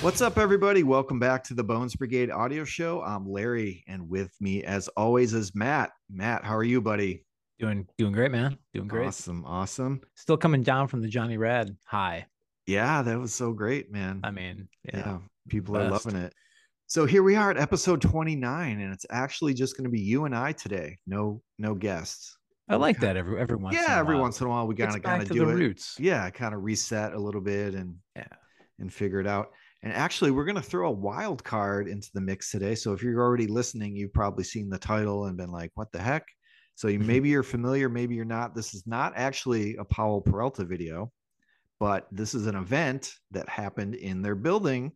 What's up, everybody? Welcome back to the Bones Brigade audio show. I'm Larry, and with me, as always, is Matt. Matt, how are you, buddy? Doing doing great, man. Doing great. Awesome, awesome. Still coming down from the Johnny Rad high. Yeah, that was so great, man. I mean, yeah, yeah. people are blessed. loving it. So here we are at episode 29, and it's actually just going to be you and I today. No, no guests. I like Okay. that every every once. in yeah, a every while. once in a while we Gets gotta back gotta to do the it. roots. Yeah, kind of reset a little bit and Yeah. and figure it out. And actually, we're going to throw a wild card into the mix today. So if you're already listening, you've probably seen the title and been like, what the heck? So you, maybe you're familiar, maybe you're not. This is not actually a Powell Peralta video, but this is an event that happened in their building.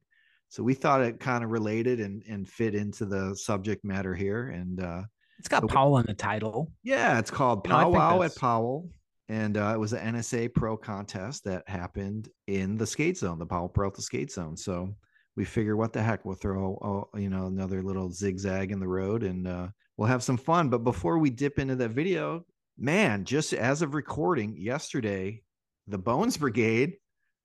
So we thought it kind of related and, and fit into the subject matter here. And uh, It's got So- Powell in the title. yeah, it's called You know, I think Powwow at that's- Powell. And uh, it was an NSA Pro contest that happened in the skate zone, the Powell Peralta skate zone. So we figure, what the heck, we'll throw, uh, you know, another little zigzag in the road and uh, we'll have some fun. But before we dip into that video, man, just as of recording yesterday, the Bones Brigade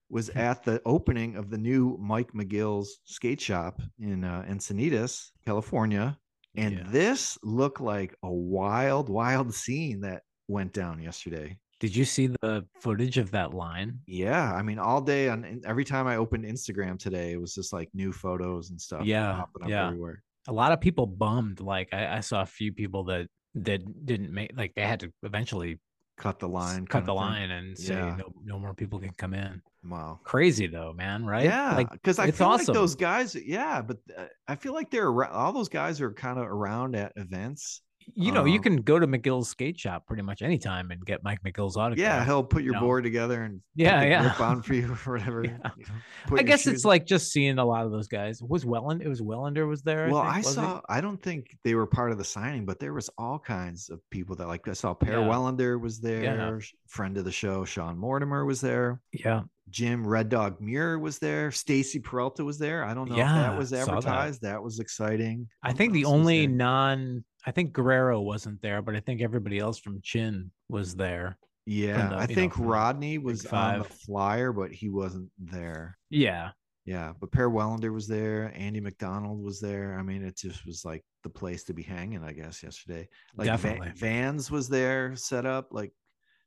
was Hmm. at the opening of the new Mike McGill's skate shop in uh, Encinitas, California. And Yeah. this looked like a wild, wild scene that went down yesterday. Did you see the footage of that line? Yeah, I mean, all day on and every time I opened Instagram today, it was just like new photos and stuff. Yeah, popping up yeah. everywhere. A lot of people bummed. Like I, I saw a few people that that didn't make like they had to eventually Cut the s- line, cut kinda the thing. line and say Yeah. no, no more people can come in. Wow. Crazy though, man. Right? Yeah, Like because I it's feel like awesome. those guys. Yeah, but uh, I feel like they're arou- all those guys are kind of around at events. you know, you Um, can go to McGill's skate shop pretty much anytime and get Mike McGill's autograph. Yeah, he'll put your No. board together and put Yeah, the yeah. grip on for you or whatever. Yeah. you know, put I your guess shoes it's like just seeing a lot of those guys. Was Welland? It was Wellander was there. Well, think, I was he? saw. I don't think they were part of the signing, but there was all kinds of people that like. I saw Per Yeah. Wellander was there, sh- friend of the show, Sean Mortimer was there, Yeah, Jim Red Dog Muir was there, Stacy Peralta was there. I don't know if that Yeah, was saw that. advertised. That. was exciting. I Who think the else Oh, was only there? non, I think Guerrero wasn't there, but I think everybody else from Chin was there. yeah, the- I you know, think from the Rodney was on the Five. flyer, but he wasn't there. Yeah, Yeah, but Per Wellander was there. Andy McDonald was there. I mean, it just was like the place to be hanging, I guess, yesterday. Like Va- definitely. Vans was there set up, like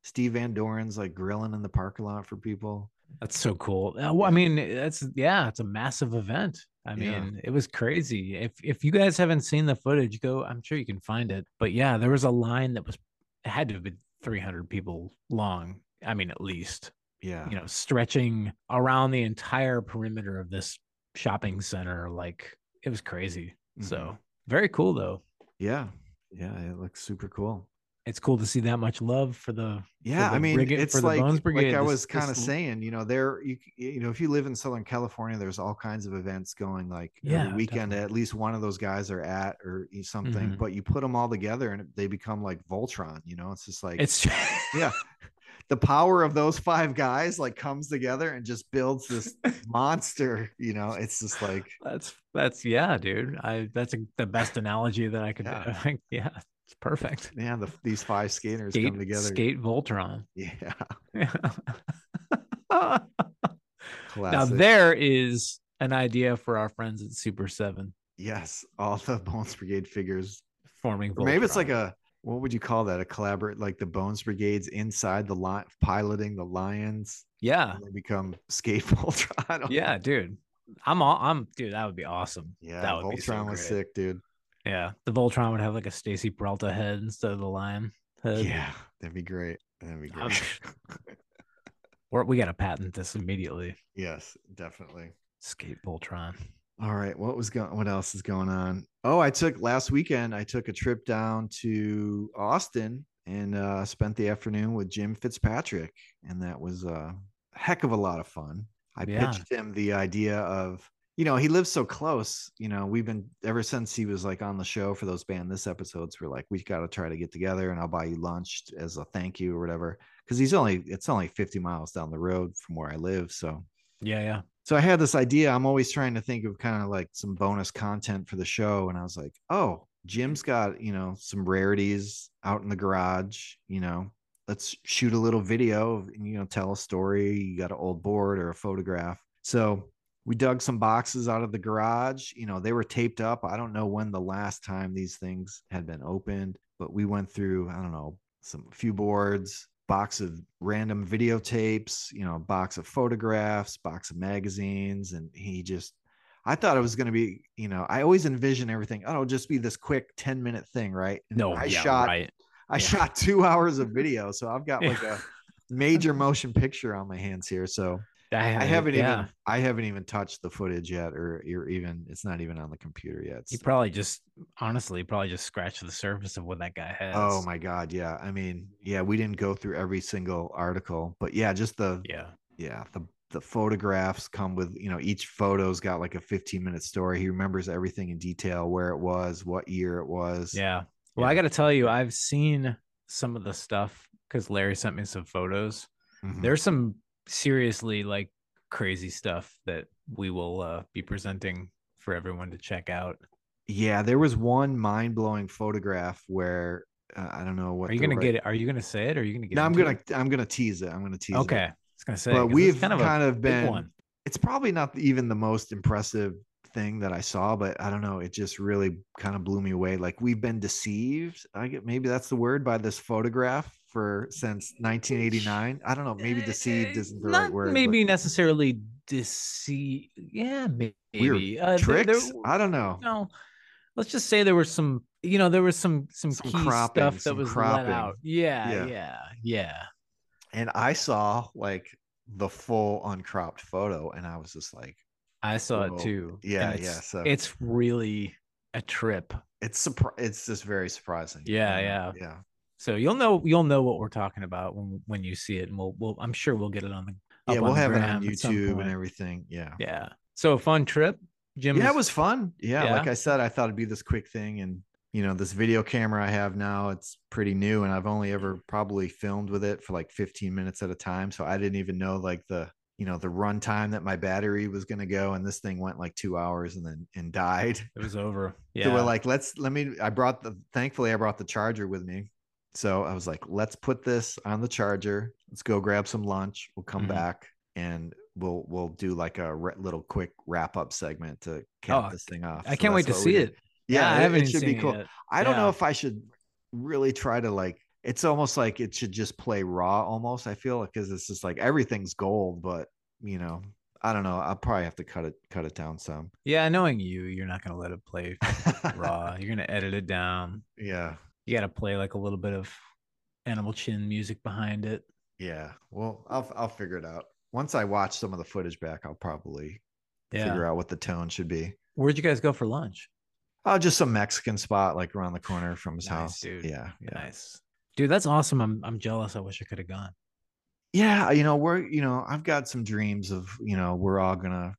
Steve Van Doren's like grilling in the parking lot for people. That's so cool. Uh, well, I mean, that's yeah, it's a massive event. I Yeah. mean, it was crazy. If if you guys haven't seen the footage, go. I'm sure you can find it. But yeah, there was a line that was it had to have been 300 people long. I mean, at least. Yeah. you know stretching around the entire perimeter of this shopping center like it was crazy so Mhm. very cool though yeah. Yeah. It looks super cool. it's cool to see that much love for the Yeah. I the mean, Brigade- it's for the like, Bones like Brigade, I this- was kind of this- saying, you know, there, you, c- you know, if you live in Southern California, there's all kinds of events going like every Yeah, weekend, definitely. at least one of those guys are at or e- something, Mhm. but you put them all together and they become like Voltron, you know, it's just like, it's yeah the power of those five guys like comes together and just builds this monster you know it's just like that's that's yeah dude i that's a, the best analogy that i could Yeah. yeah, yeah it's perfect man the, these five skaters skate, come together skate voltron yeah now classic there is an idea for our friends at super seven yes all the bones brigade figures forming or maybe it's like Voltron. a what would you call that a collaborate like the bones brigades inside the line piloting the lions yeah and they become skate voltron I don't- yeah dude i'm all i'm dude that would be awesome yeah that would voltron be so was great. sick dude Yeah, the Voltron would have like a Stacy Peralta head instead of the lion head. yeah that'd be great that'd be Uh, I'm- great Or we gotta patent this immediately. yes definitely Skate Voltron. All right, what was going? What else is going on? Oh, I took last weekend. I took a trip down to Austin and uh, spent the afternoon with Jim Fitzpatrick, and that was uh, a heck of a lot of fun. I Yeah. pitched him the idea of, you know, he lives so close. You know, we've been ever since he was like on the show for those band this episodes. We're like, we got to try to get together, and I'll buy you lunch as a thank you or whatever. Because he's only it's only fifty miles down the road from where I live, so Yeah, yeah. so I had this idea. I'm always trying to think of kind of like some bonus content for the show. And I was like, oh, Jim's got, you know, some rarities out in the garage, you know, let's shoot a little video, of- you know, tell a story. You got an old board or a photograph. So we dug some boxes out of the garage. You know, they were taped up. I don't know when the last time these things had been opened, but we went through, I don't know, some few boards, box of random videotapes, you know, box of photographs, box of magazines. And he just, I thought it was going to be, you know, I always envision everything. Oh, it'll just be this quick 10 minute thing, right? And No, I yeah, shot, right. I Yeah. shot two hours of video. So I've got like Yeah. a major motion picture on my hands here. So I haven't yeah. even I haven't even touched the footage yet, or or even it's not even on the computer yet. He probably just honestly probably just scratched the surface of what that guy has. oh my god, yeah. I mean, yeah, we didn't go through every single article, but yeah, just the Yeah. yeah the the photographs come with you know each photo's got like a 15 minute story. He remembers everything in detail, where it was, what year it was. Yeah. Well, I Yeah. got to tell you, I've seen some of the stuff because Larry sent me some photos. Mhm. There's some seriously like crazy stuff that we will uh, be presenting for everyone to check out. yeah. There was one mind blowing photograph where uh, I don't know what Are you the gonna right- get it? Are you gonna say it? Or are you gonna get? No, I'm into gonna it? I'm gonna tease it. I'm gonna tease it. Okay, I was gonna say. But 'cause it's we've kind of, kind a of big been one. it's probably not even the most impressive thing that I saw, but I don't know. It just really kind of blew me away. Like we've been deceived. I get maybe that's the word by this photograph for since 1989. I don't know. Maybe deceived Uh, isn't the not right word. but Maybe necessarily deceive. Yeah, maybe. we were Uh, there- tricks. there- I don't know. no, let's just say there were some. You know, there was some some, Some key cropping, stuff that some was cropping. let out. Yeah, Yeah. yeah, yeah, And I saw like the full uncropped photo, and I was just like, I saw Whoa. it too. and yeah, it's, yeah. So it's It's really a trip. it's surpri- It's just very surprising. Yeah, you know? yeah. yeah. So you'll know you'll know what we're talking about when when you see it, and we'll we'll I'm sure we'll get it on the Yeah, up we'll on the have it on gram at some YouTube point. and everything. Yeah. Yeah. So a fun trip, Jim. yeah, it was fun. Yeah, Yeah. like I said, I thought it'd be this quick thing, and you know, this video camera I have now, it's pretty new, and I've only ever probably filmed with it for like 15 minutes at a time, so I didn't even know like the you know the run time that my battery was going to go, and this thing went like two hours and then and died. It was over. Yeah. So we're like, let's let me. I brought the thankfully I brought the charger with me, so I was like, let's put this on the charger. Let's go grab some lunch. We'll come Mhm. back and we'll we'll do like a re- little quick wrap up segment to cap Oh, this thing off. I So can't wait to that's what we see did. it. Yeah, I it, haven't it should be seen it cool. yet. I don't know Yeah. if I should really try to like. It's almost like it should just play raw. Almost, I feel like because it's just like everything's gold, but you know, I don't know. I'll probably have to cut it cut it down some. Yeah, knowing you, you're not gonna let it play raw. You're gonna edit it down. yeah. You gotta play like a little bit of animal chin music behind it. Yeah. Well, I'll I'll figure it out. Once I watch some of the footage back, I'll probably Yeah. figure out what the tone should be. Where'd you guys go for lunch? Oh, just some Mexican spot like around the corner from his Nice, house. dude. Yeah. Yeah. Nice. Dude, that's awesome. I'm I'm jealous. I wish I could have gone. Yeah. You know, we're you know, I've got some dreams of, you know, we're all gonna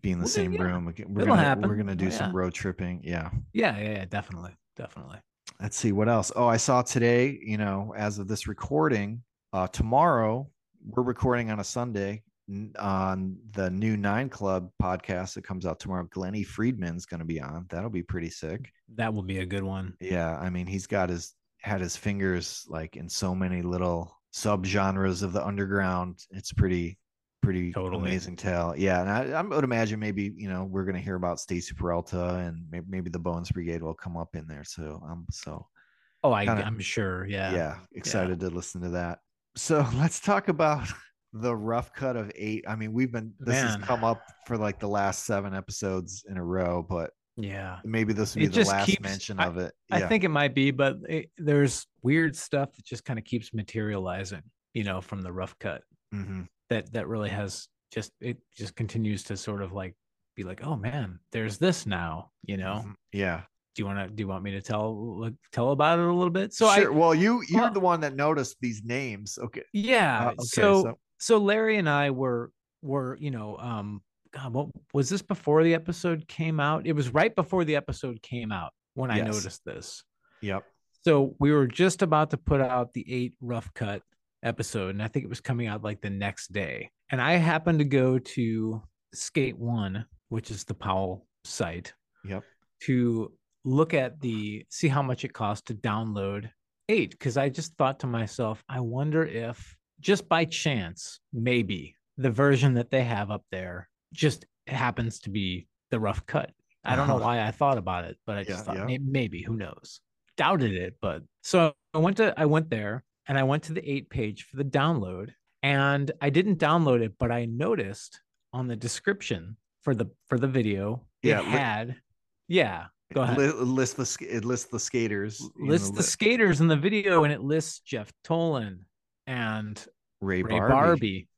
be in the We'll do- same yeah. room. again. We're It'll gonna happen. we're gonna do Oh, some yeah. road tripping. Yeah. Yeah, yeah, yeah. Definitely. Definitely. Let's see what else. Oh, I saw today, you know, as of this recording, uh tomorrow, we're recording on a Sunday n- on the new Nine Club podcast that comes out tomorrow. Glenny Friedman's going to be on. That'll be pretty sick. That will be a good one. Yeah, I mean, he's got his had his fingers like in so many little subgenres of the underground. It's pretty pretty Totally. amazing tale. Yeah, and I, I would imagine maybe, you know, we're going to hear about Stacy Peralta and maybe, maybe the Bones Brigade will come up in there. So, um so Oh, I, Kinda- I'm sure. yeah, Yeah. excited to listen to that so let's talk about the rough cut of eight i mean we've been this Man. has come up for like the last seven episodes in a row but Yeah. maybe this will be It the just last keeps- mention I- of it I think it might be, but it, there's weird stuff that just kind of keeps materializing, you know, from the rough cut Mhm. that that really has just it just continues to sort of like be like, oh man, there's this now, you know. Mhm. yeah Do you want to do you want me to tell like, tell about it a little bit? So sure I well you you're well- the one that noticed these names okay yeah. Uh, okay so so Larry and I were were you know um God what was this before the episode came out? It was right before the episode came out when I Yes. noticed this. yep So we were just about to put out the eight rough cut episode, and I think it was coming out like the next day. And I happened to go to Skate One, which is the Powell site, yep to look at the see how much it costs to download eight. Cause I just thought to myself, I wonder if just by chance, maybe the version that they have up there just happens to be the rough cut. I don't know Uh-huh. why I thought about it, but I just Yeah, thought yeah. may- maybe who knows. Doubted it, but so I went to I went there and I went to the eight page for the download, and I didn't download it, but I noticed on the description for the for the video Yeah, it li- had yeah go ahead Li- list the sk- it lists the skaters. you know, lists the li- skaters in the video and it lists Jeff Tolan and Ray, Ray Barbie, Barbie,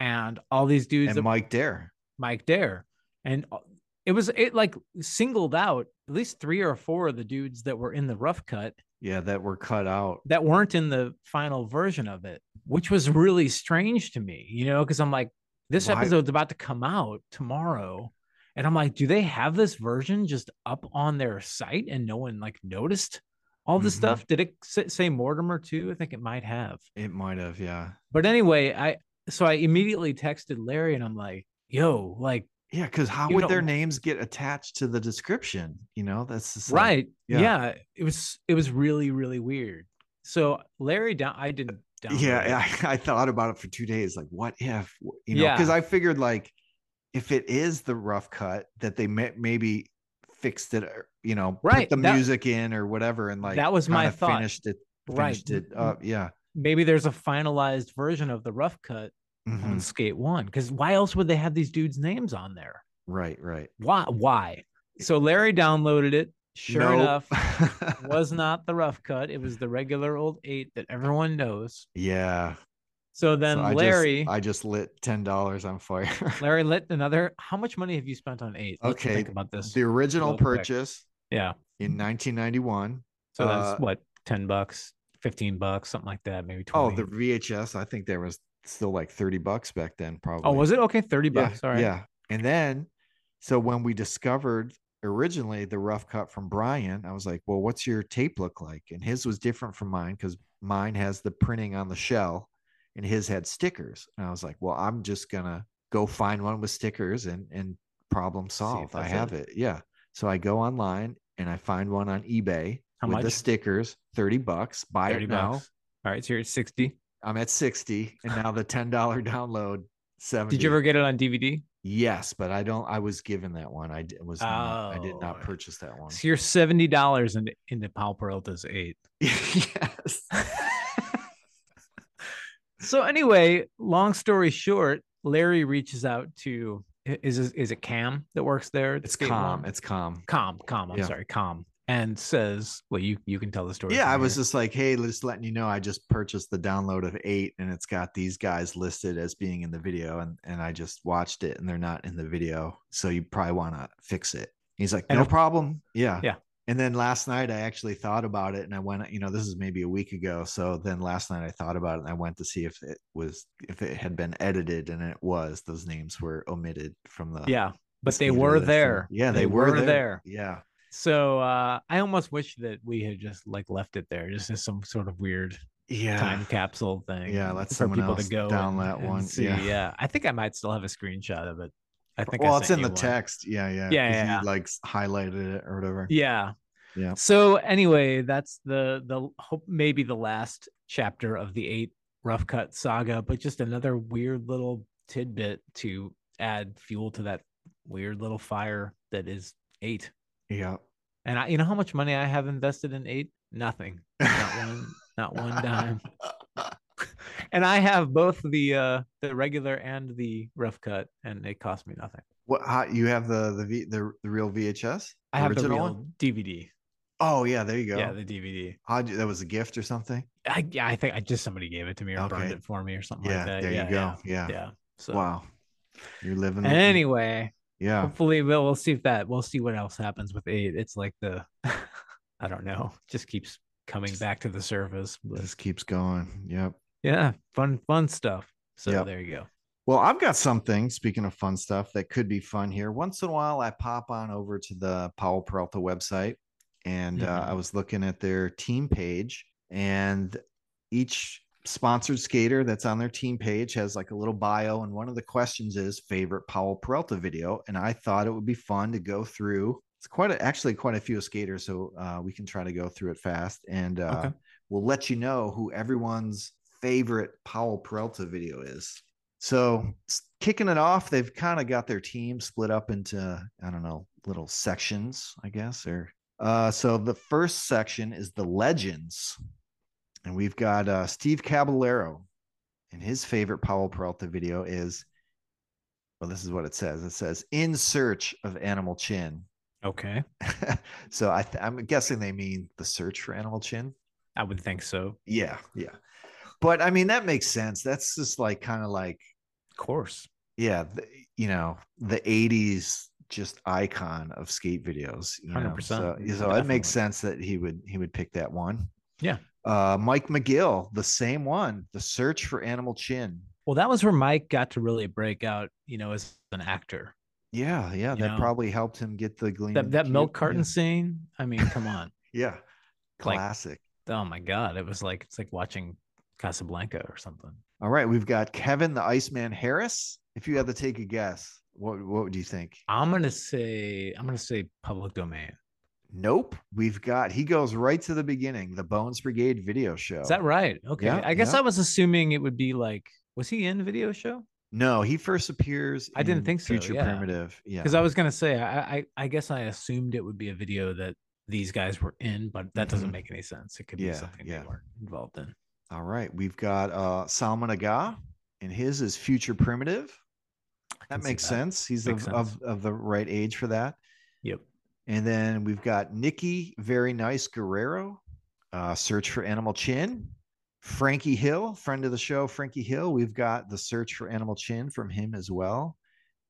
and all these dudes and that- Mike Dare. Mike Dare. And uh, it was it like singled out at least three or four of the dudes that were in the rough cut Yeah, that were cut out. that weren't in the final version of it, which was really strange to me, you know, because I'm like, this Why- episode's about to come out tomorrow. And I'm like, do they have this version just up on their site and no one like noticed all this Mhm. stuff? Did it s- say Mortimer too? I think it might have. It might have. Yeah. But anyway, I so I immediately texted Larry and I'm like, yo, like, Yeah, because how You would know- their names get attached to the description? You know, that's just like- right yeah. yeah. it was it was really really weird so larry down i didn't download it. yeah, I, I thought about it for two days. Like, what if w- you know? Yeah. Because I figured like, if it is the rough cut that they may, maybe fixed it, or, you know, Right, put the that- music in or whatever, and like That was my kinda thought. Finished it, Right. finished it uh, up. Yeah, maybe there's a finalized version of the rough cut on Mhm. skate one because why else would they have these dudes names on there right, right. why why so larry downloaded it sure Nope. enough was not the rough cut it was the regular old eight that everyone knows yeah. so So then I just- larry I just lit ten dollars on fire. larry lit another how much money have you spent on eight Let's Okay, think about this the original Real quick. purchase yeah in 1991. So Uh, that's what, 10 bucks, 15 bucks, something like that, maybe 20. Oh, the VHS. I think there was still like 30 bucks back then, probably. oh was it? Okay, 30 Yeah, bucks. All right. Yeah. And then, so when we discovered originally the rough cut from Brian, I was like, well, what's your tape look like? And his was different from mine because mine has the printing on the shell and his had stickers. And I was like, well, I'm just going to go find one with stickers and, and problem solved. I that's have it. Yeah. So I go online and I find one on eBay How with the much? stickers, 30 bucks, buy 30 it now. bucks. All right. So you're at 60. I'm at 60 and now the $10 download 70. Did you ever get it on DVD? Yes, but I don't I was given that one. I d- was not, I did Oh. not purchase that one. So you're $70 into, into Pal Peralta's eight. yes. So anyway, long story short, Larry reaches out to, i- is, this- is it Cam that works there? at It's Skate calm. One? It's calm. Calm, Calm. I'm Yeah. sorry, Calm. And says, well, you, you can tell the story. Yeah, from I was here. just like, hey, just letting you know I just purchased the download of 8 and it's got these guys listed as being in the video and and I just watched it and they're not in the video, so you probably want to fix it. He's like, And "No of- problem." Yeah. Yeah. And then last night I actually thought about it and I went, you know, this is maybe a week ago, so then last night I thought about it and I went to see if it was if it had been edited and it was those names were omitted from the yeah, but they skater were list, so- there. Yeah, they, were, there. Yeah. So uh, I almost wish that we had just like left it there, just as some sort of weird Yeah. time capsule thing. Yeah, let for someone people else to go down and- that and one. see. Yeah. I think I might still have a screenshot of it. I think. I well, it's sent in the you one. text. Yeah, yeah. Yeah, 'cause yeah, yeah. You like s- highlighted it or whatever. Yeah. Yeah. So anyway, that's the the hope maybe the last chapter of the eight rough cut saga, but just another weird little tidbit to add fuel to that weird little fire that is eight. Yeah. And I, you know how much money I have invested in eight? Nothing. Not one. Not one dime. And I have both the uh the regular and the rough cut, and it cost me nothing. what how, you have the the v, the, the real VHS? I have the original real one? DVD. Oh yeah, there you go. Yeah, the DVD. How'd you- that was a gift or something. I, yeah, I think I just somebody gave it to me or burned Okay. it for me or something Yeah, like that. there yeah, you go. Yeah. Yeah. yeah. So Wow. You're living the- anyway, Yeah. hopefully we'll, we'll see if that we'll see what else happens with eight. It's like the I don't know, just keeps coming Just- back to the surface. but- This keeps going. Yep. yeah, fun fun stuff. So Yep. there you go. Well, I've got something. Speaking of fun stuff that could be fun here, once in a while I pop on over to the Powell Peralta website, and Mhm. uh, I was looking at their team page, and each sponsored skater that's on their team page has like a little bio, and one of the questions is favorite Powell Peralta video, and I thought it would be fun to go through. It's quite a, actually quite a few skaters, so uh, we can try to go through it fast, and uh, we'll let you know who everyone's favorite Powell Peralta video is. So s- kicking it off, they've kind of got their team split up into I don't know little sections, I guess. Or uh, so the first section is the legends, and we've got uh, Steve Caballero, and his favorite Powell Peralta video is. Well, this is what it says. It says "In Search of Animal Chin." Okay. so I th- I'm guessing they mean the search for Animal Chin. I would think so. Yeah, yeah. But I mean, that makes sense. That's just like kind of like, Of course. yeah, the, you know, the 80s just icon of skate videos. You know? 100%. So, so it Definitely. makes sense that he would he would pick that one. Yeah. Uh, Mike McGill, the same one, the search for animal chin. Well, that was where Mike got to really break out, you know, as an actor. Yeah, yeah, You that know, probably helped him get the gleam. That of that milk Cute- carton yeah, scene. I mean, come on. Yeah, Like- classic. Oh my god, it was like it's like watching Casablanca or something. All right, we've got Kevin the Iceman Harris. If you had to take a guess, what what would you think? I'm gonna say I'm gonna say public domain. Nope. We've got he goes right to the beginning, the Bones Brigade video show. Is that right? Okay. Yeah, I guess yeah. I was assuming it would be like was he in video show? No, he first appears. I didn't in think so, Future yeah. primitive. Yeah. Because I was gonna say I, I I guess I assumed it would be a video that these guys were in, but that doesn't Mhm. make any sense. It could Yeah, be something yeah. they weren't involved in. All right, we've got uh Salman Aga, and his is Future Primitive. That can see makes that. sense. He's Makes of, of sense. of the right age for that. Yep. And then we've got Nikki, very nice Guerrero, uh, search for animal chin. Frankie Hill, friend of the show, Frankie Hill. We've got the search for animal chin from him as well.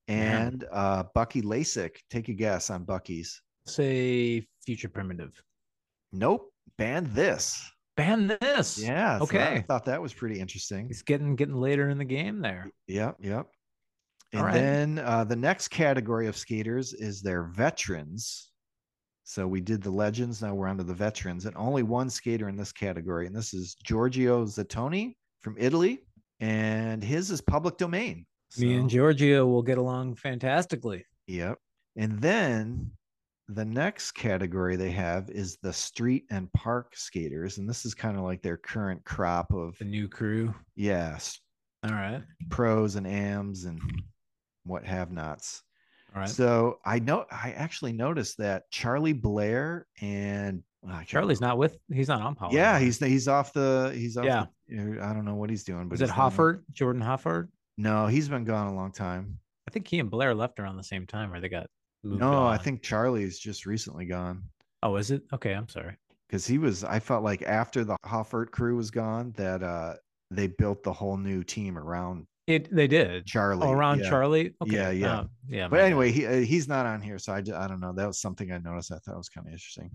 Man. And uh, Bucky Lasik, take a guess on Bucky's. Say future primitive. Nope, ban this. Ban this. Yeah. so that- I Okay. thought that was pretty interesting. He's getting getting later in the game there. Yep, yep. All And right. then uh, the next category of skaters is their veterans. So we did the legends, now we're on to the veterans, and only one skater in this category, and this is Giorgio Zattoni from Italy, and his is public domain. Me and So- Giorgio will get along fantastically. Yep. And then the next category they have is the street and park skaters, and this is kind of like their current crop of The new crew. yes, All right. pros and ams and what have nots. All right. So I know I actually noticed that Charlie Blair and well, I can't Charlie's not with. He's not on Power. remember. yeah, he's he's off the he's off. Yeah. the- er, I don't know what he's doing. But Was it he's not on- Hofford? Jordan Hofford? No, he's been gone a long time. I think he and Blair left around the same time, or they got. Moved no, I on. think Charlie's just recently gone Oh, is it? Okay, I'm sorry. because he was. I felt like after the Hoffert crew was gone, that uh they built the whole new team around It they did. Charlie. oh, around yeah. Charlie. Okay. Yeah, yeah. uh, yeah. my But bad. anyway, he uh, he's not on here, so I, ju- I don't know. That was something I noticed. I thought was kind of interesting.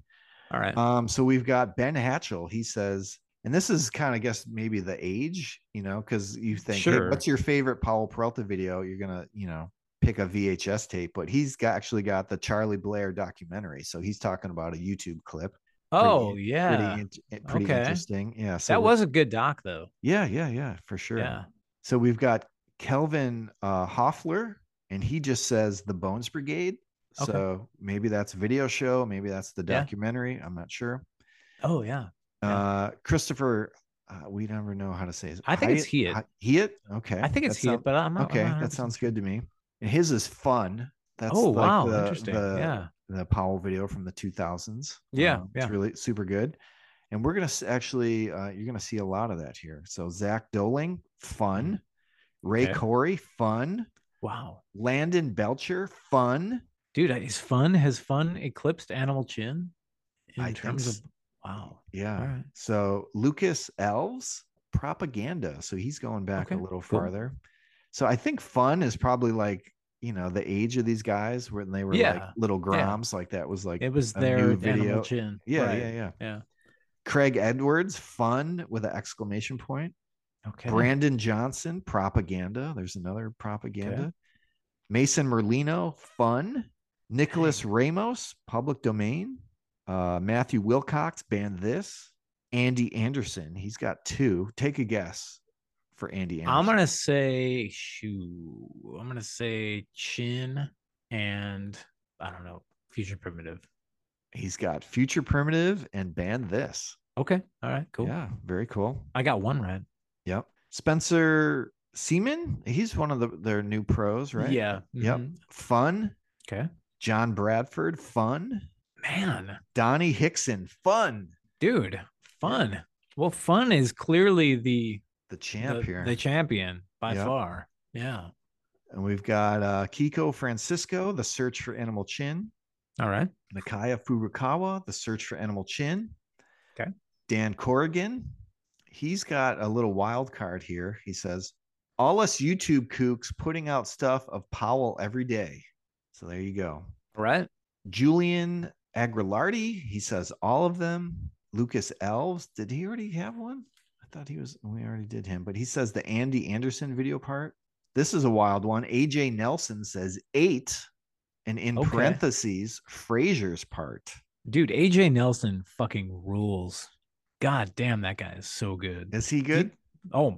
all right. Um, so we've got Ben Hatchell. He says, and this is kind of guess maybe the age, you know, because you think, hey, Sure. what's your favorite Powell Peralta video? You're gonna, you know, pick a VHS tape, but he's got actually got the Charlie Blair documentary, so he's talking about a YouTube clip. oh pretty yeah, Pretty, int- eh, pretty Okay. interesting. Yeah. So that we- was a good doc though. yeah, yeah, yeah, for sure. Yeah. So we've got Kelvin uh, Hoffler, and he just says the Bones Brigade. Okay. So maybe that's a video show, maybe that's the Yeah. documentary. I'm not sure. Oh yeah. Yeah. Uh, Christopher, uh, we never know how to say his. I think it's Hyatt- Hyatt. Hy- Hyatt? Okay. I think it's that he, sound- but I'm not. I'm okay, not that 100% sounds good to me. And his is fun. That's oh like wow, the, interesting. The, yeah. the Powell video from the 2000s. Yeah, yeah. It's really super good. And we're gonna s- actually, uh, you're gonna see a lot of that here. So Zach Doling, fun. Ray Okay. Corey, fun. Wow, Landon Belcher, fun. dude, is fun has fun eclipsed Animal Chin in I think terms s- of wow. Yeah. All right. So Lucas Elves propaganda. So he's going back a Okay, little cool. farther. So I think fun is probably like you know the age of these guys when they were like Yeah, little groms. Like that was like It was a there new with video. Animal Chin. yeah right. yeah yeah yeah. Craig Edwards fun with an exclamation point. Okay. Brandon Johnson propaganda. There's another propaganda. Mason Merlino fun. Nicholas Ramos public domain. Uh, Matthew Wilcox banned this. Andy Anderson. He's got two. Take a guess for Andy. Anderson. I'm gonna say shoo. I'm gonna say chin and I don't know future primitive. He's got future primitive and banned this. Okay. All right. Cool. Yeah, very cool. I got one right. Yep. Spencer Seaman, he's one of the, their new pros, right? Yeah. Yep. mhm. Fun. Okay. John Bradford, fun. Man, Donnie Hickson, fun. dude, fun. Well, fun is clearly the The champ the, here. the champion by Yep. far. Yeah. and we've got uh, Kiko Francisco, The Search for Animal Chin. All right. Nakaya Furukawa, The Search for Animal Chin. Okay. Dan Corrigan. He's got a little wild card here. He says, All us YouTube kooks putting out stuff of Powell every day. So there you go. All right. Julian Aguilardi. He says, All of them. Lucas Elves. Did he already have one? I thought he was, we already did him, but he says the Andy Anderson video part. This is a wild one. AJ Nelson says eight, and in Okay. parentheses, Frazier's part. Dude, AJ Nelson fucking rules. God damn, that guy is so good. Is he good? Oh,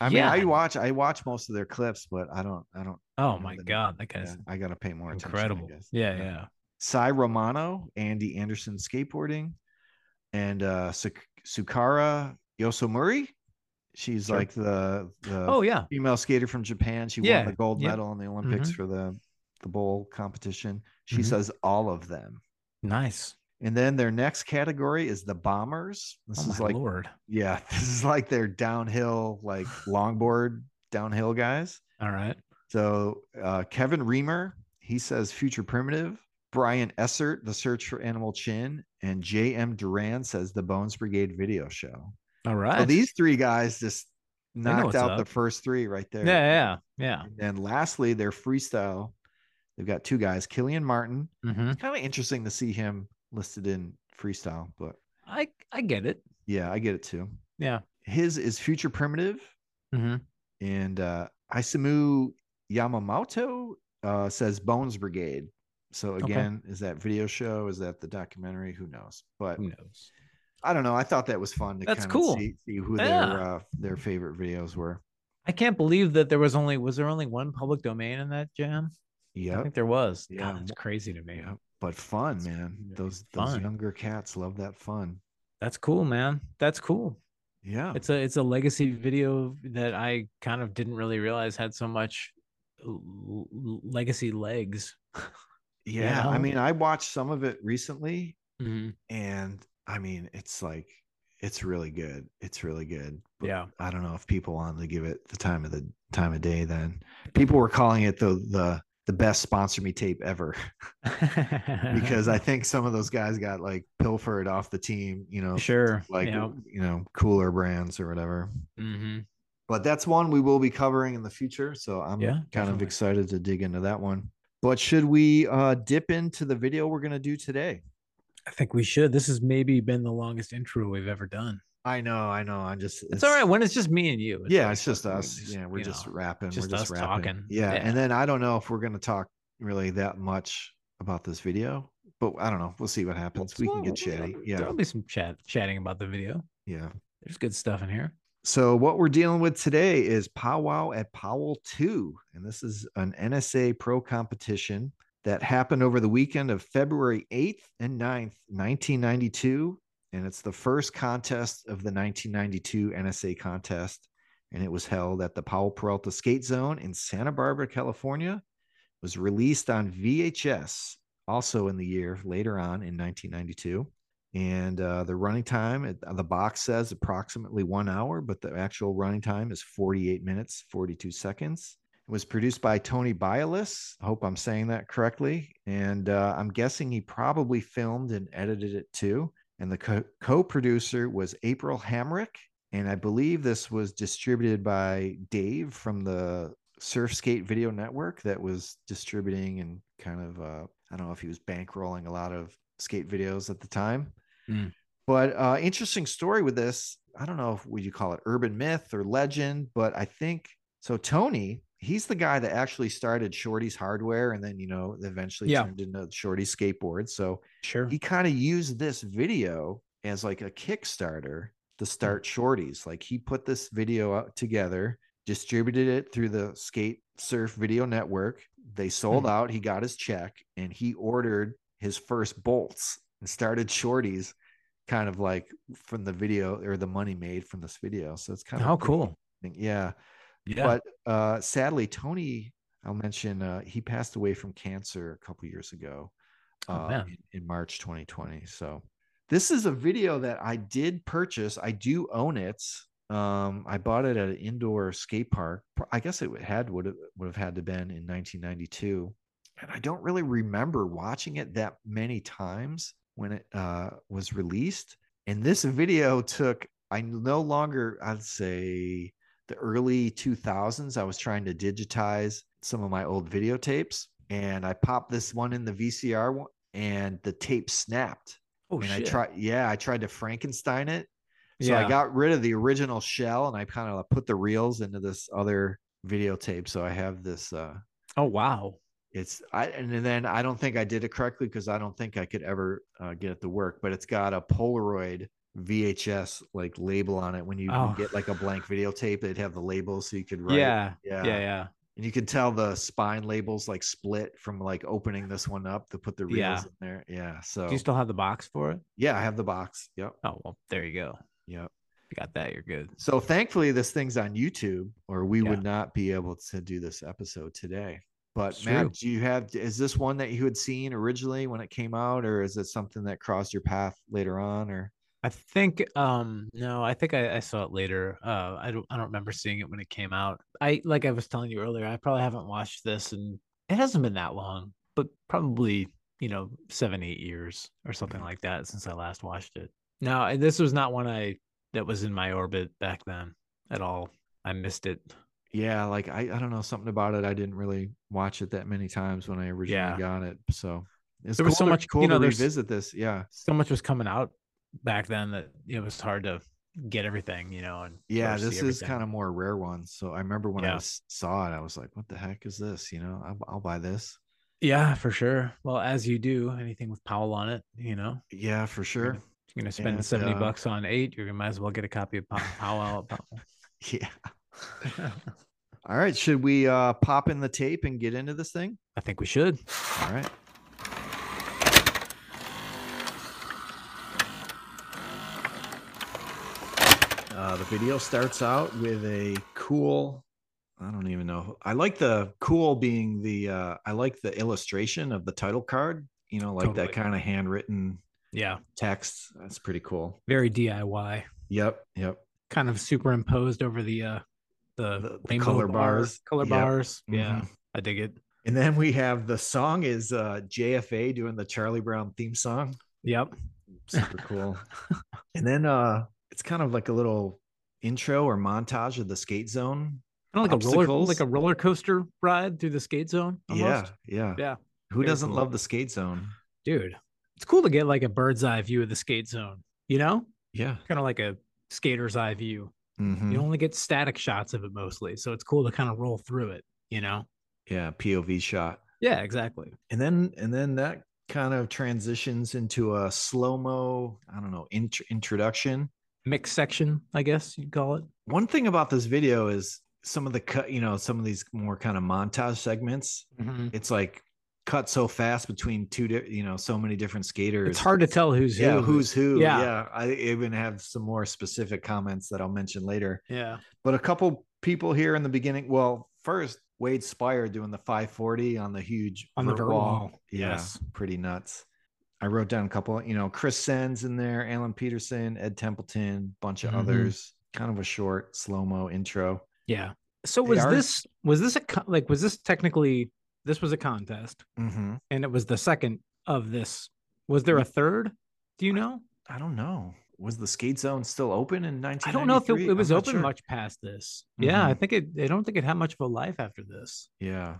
I mean, I yeah. watch I watch most of their clips, but I don't I don't oh Yeah, my the- God, that guy's yeah, I gotta pay more attention. I incredible. guess. Yeah, yeah. Cy Romano, Andy Anderson skateboarding, and uh Suk- Sukara Yosomori. She's Sure. like the the Oh yeah. female skater from Japan. She Yeah, won the gold yeah. Mm-hmm. medal in the Olympics for the the bowl competition. She Mhm. says all of them. Nice. And then their next category is the bombers. This oh is my like lord. yeah, this is like their downhill like longboard downhill guys. All right. So uh, Kevin Reamer, he says Future Primitive. Brian Essert, The Search for Animal Chin, and J.M. Duran says The Bones Brigade video show. So All right. these three guys just know knocked what's out up. the first three right there. yeah, yeah, yeah. And then lastly, their freestyle. They've got two guys, Killian Martin. Mm-hmm. It's kind of interesting to see him listed in freestyle, but I I get it. yeah, I get it too. Yeah. His is Future Primitive, Mm-hmm. and uh, Isamu Yamamoto uh, says Bones Brigade. So Okay. again, is that video show? Is that the documentary? Who knows? But Who knows? I don't know. I thought that was fun to Hmm. That's kinda cool. see, see who their Yeah. uh, their favorite videos were. I can't believe that there was only was there only one public domain in that jam? I Yep. think there was. Yeah, God, that's crazy to me. Yep. But fun, man. Yeah, Those those fun. younger cats love that fun. That's cool, man. That's cool. Yeah. It's a it's a legacy video that I kind of didn't really realize had so much l- l- legacy legs. yeah. I know? mean, I watched some of it recently Mhm. and I mean, it's like it's really good. It's really good. But Yeah. I don't know if people wanted to give it the time of the time of day then. People were calling it the the the best sponsor me tape ever Uh-huh. because I think some of those guys got like pilfered off the team, you know, sure like yeah. you know, cooler brands or whatever. hmm but that's one we will be covering in the future. So I'm Yeah, kind of definitely. excited to dig into that one. But should we uh, dip into the video we're going to do today? I think we should. This has maybe been the longest intro we've ever done. I know, I know. I'm just It's, all right when it's just me and you. Yeah, like, it's just look, we us. yeah, we're you just know, rapping. just we're just us rapping. talking. Yeah. Yeah. and then I don't know if we're going to talk really that much about this video, but I don't know. We'll see what happens. We can well, get you know, chatty. Yeah, There'll be some chat chatting about the video. yeah. There's good stuff in here. So what we're dealing with today is Powwow at Powell 2, and this is an NSA pro competition that happened over the weekend of February 8th and 9th, 1992, and it's the first contest of the 1992 NSA contest, and it was held at the Powell Peralta Skate Zone in Santa Barbara, California. It was released on VHS also in the year later on in 1992 and uh, the running time it- the box says approximately one hour but the actual running time is 48 minutes 42 seconds it was produced by tony biolis i hope i'm saying that correctly and uh, i'm guessing he probably filmed and edited it too and the co- co-producer was april hamrick and i believe this was distributed by dave from the surf skate video network that was distributing and kind of uh, i don't know if he was bankrolling a lot of skate videos at the time Mm. but uh, interesting story with this i don't know if would you call it urban myth or legend but i think so tony he's the guy that actually started shorty's hardware and then you know eventually Yeah. turned into shorty skateboard so Sure. he kind of used this video as like a Kickstarter to Hmm. start shorties. Like he put this video out together, distributed it through the Skate Surf Video Network. They sold Hmm. out. He got his check and he ordered his first bolts and started shorties, kind of like from the video or the money made from this video. So it's kind of How pretty Oh, cool. interesting. Yeah. Yeah. But uh, sadly, Tony, I'll mention, uh, he passed away from cancer a couple years ago Oh, uh, man. in, in March 2020. So this is a video that I did purchase. I do own it. Um, I bought it at an indoor skate park. Pro- I guess it would- had would have would have had to been in 1992, and I don't really remember watching it that many times when it uh, was released. And this video took. I no longer. I'd say the early 2000s i was trying to digitize some of my old videotapes and i popped this one in the vcr one, and the tape snapped oh and shit. i tried yeah i tried to frankenstein it so yeah. i got rid of the original shell and i kind of put the reels into this other videotape so i have this uh oh wow. it's i and then i don't think i did it correctly because i don't think i could ever uh, get it to work but it's got a polaroid vhs like label on it when you Oh. would get like a blank videotape they'd have the label so you could write Yeah. yeah. Yeah. Yeah. and you can tell the spine labels like split from like opening this one up to put the reels Yeah. in there yeah so Do you still have the box for it? yeah i have the box yep Oh well, there you go. yep You got that. You're good. so thankfully this thing's on youtube or we Yeah. would not be able to do this episode today but It's true. matt do you have is this one that you had seen originally when it came out or is it something that crossed your path later on or I think um no, I think I, I saw it later. Uh I don't I don't remember seeing it when it came out. I like I was telling you earlier, I probably haven't watched this and it hasn't been that long, but probably, you know, seven, eight years or something Okay. like that since I last watched it. Now and this was not one I that was in my orbit back then at all. I missed it. yeah like i, I don't know something about it i didn't really watch it that many times when i originally Yeah. got it so it's There was so cool to- much- you cool know, to there's- revisit this yeah So much was coming out back then that it was hard to get everything, you know, and Yeah, or see this is everything. kind of more rare one. So I remember when I Yeah. s- saw it, I was like, "What the heck is this?" You know, I'll, I'll buy this. Yeah, for sure. Well, as you do, anything with Powell on it, you know. Yeah, for sure. If You're gonna spend And, seventy uh, bucks on eight. You might as well get a copy of Pow- Powwow. at Yeah. Powell. All right, should we uh, pop in the tape and get into this thing? I think we should. All right. Uh, the video starts out with a cool. I don't even know. I like the cool being the. Uh, I like the illustration of the title card. You know, like that Totally. kind of handwritten Yeah, text. That's pretty cool. very DIY, Yep. Yep. kind of superimposed over the uh the, The- the rainbow color bar- bars. color Yep. bars. Yeah, Mhm. I dig it. And then we have the song is uh, JFA doing the Charlie Brown theme song. Yep. Super cool. and then uh, it's kind of like a little intro or montage of the skate zone. Kind of like a roller, Obstacles. like a roller coaster ride through the skate zone. Yeah. Almost. Yeah. Yeah. Who Very doesn't cool. love the skate zone? dude, it's cool to get like a bird's eye view of the skate zone. You know, Yeah. kind of like a skater's eye view. Mhm. You only get static shots of it mostly, so it's cool to kind of roll through it. You know. Yeah. POV shot. Yeah, exactly. and then and then that kind of transitions into a slow mo i don't know int- introduction mixed section, I guess you'd call it. one thing about this video is some of the cut you know some of these more kind of montage segments it's like cut so fast between two di- you know so many different skaters It's hard to tell who's yeah who. who's who Yeah. yeah i even have some more specific comments that i'll mention later yeah. but a couple people here in the beginning. Well, first Wade Spire doing the 540 on the huge On the vert vert wall. wall, Yeah, yes. pretty nuts. I wrote down a couple. You know, Chris Sens in there, Alan Peterson, Ed Templeton, bunch of Mhm. others. Kind of a short slow mo intro. Yeah. So They was are- this was this a co- like was this technically this was a contest Mm-hmm. and it was the second of this. Was there a third? Do you know? I don't know. Was the skate zone still open in 1993? I don't know if it, it I'm was not open sure. much past this. Yeah, I Mhm. think it. I don't think it had much of a life after this. Yeah.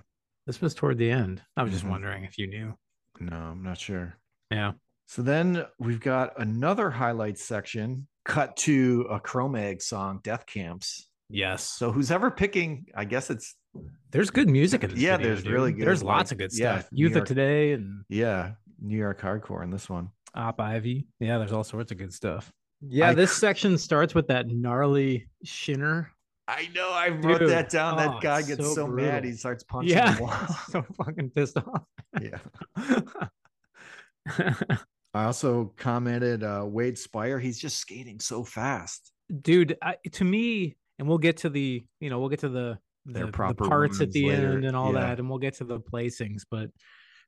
This was toward the end. I was just Mhm. wondering if you knew. No, I'm not sure. Yeah. So then we've got another highlight section cut to a Chromag song, Death Camps. Yes. So who's ever picking, I guess it's there's good music in this. Yeah, video, there's dude. really good, There's lots like, of good yeah, stuff. New Youth York- of today and yeah, New York hardcore in this one. Op Ivy. Yeah, there's all sorts of good stuff. Yeah, I this cr- section starts with that gnarly shinner. I know I wrote Dude, that down. oh, that guy it's gets so, so mad brutal. he starts punching Yeah. the wall. so fucking pissed off. yeah. I also commented uh Wade Spire, he's just skating so fast. Dude, I, to me, and we'll get to the you know we'll get to the the, Their the proper parts at ones the later, end and all yeah. that, and we'll get to the placings. But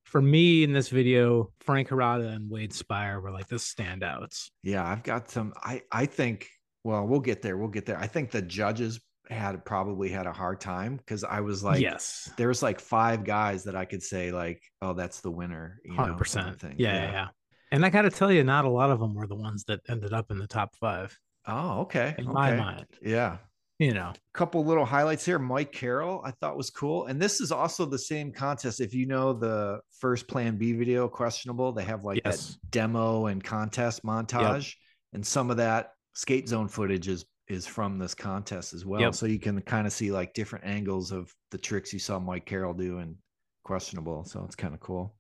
for me in this video, Frank Harada and Wade Spire were like the standouts. Yeah, I've got some. I I think. Well, we'll get there. We'll get there. I think the judges had probably had a hard time because I was like, yes, there was like five guys that I could say like, oh, that's the winner. You hundred know, kind of percent. thing. Yeah, yeah, yeah. And I got to tell you, not a lot of them were the ones that ended up in the top five Oh, okay. in my okay. mind. Yeah. You know, couple little highlights here. Mike Carroll, I thought was cool. And this is also the same contest. If you know the first plan B video, questionable, they have like Yes. that demo and contest montage. And some of that skate zone footage is is from this contest as well. Yep. So you can kind of see like different angles of the tricks you saw Mike Carroll do and questionable. So it's kind of cool.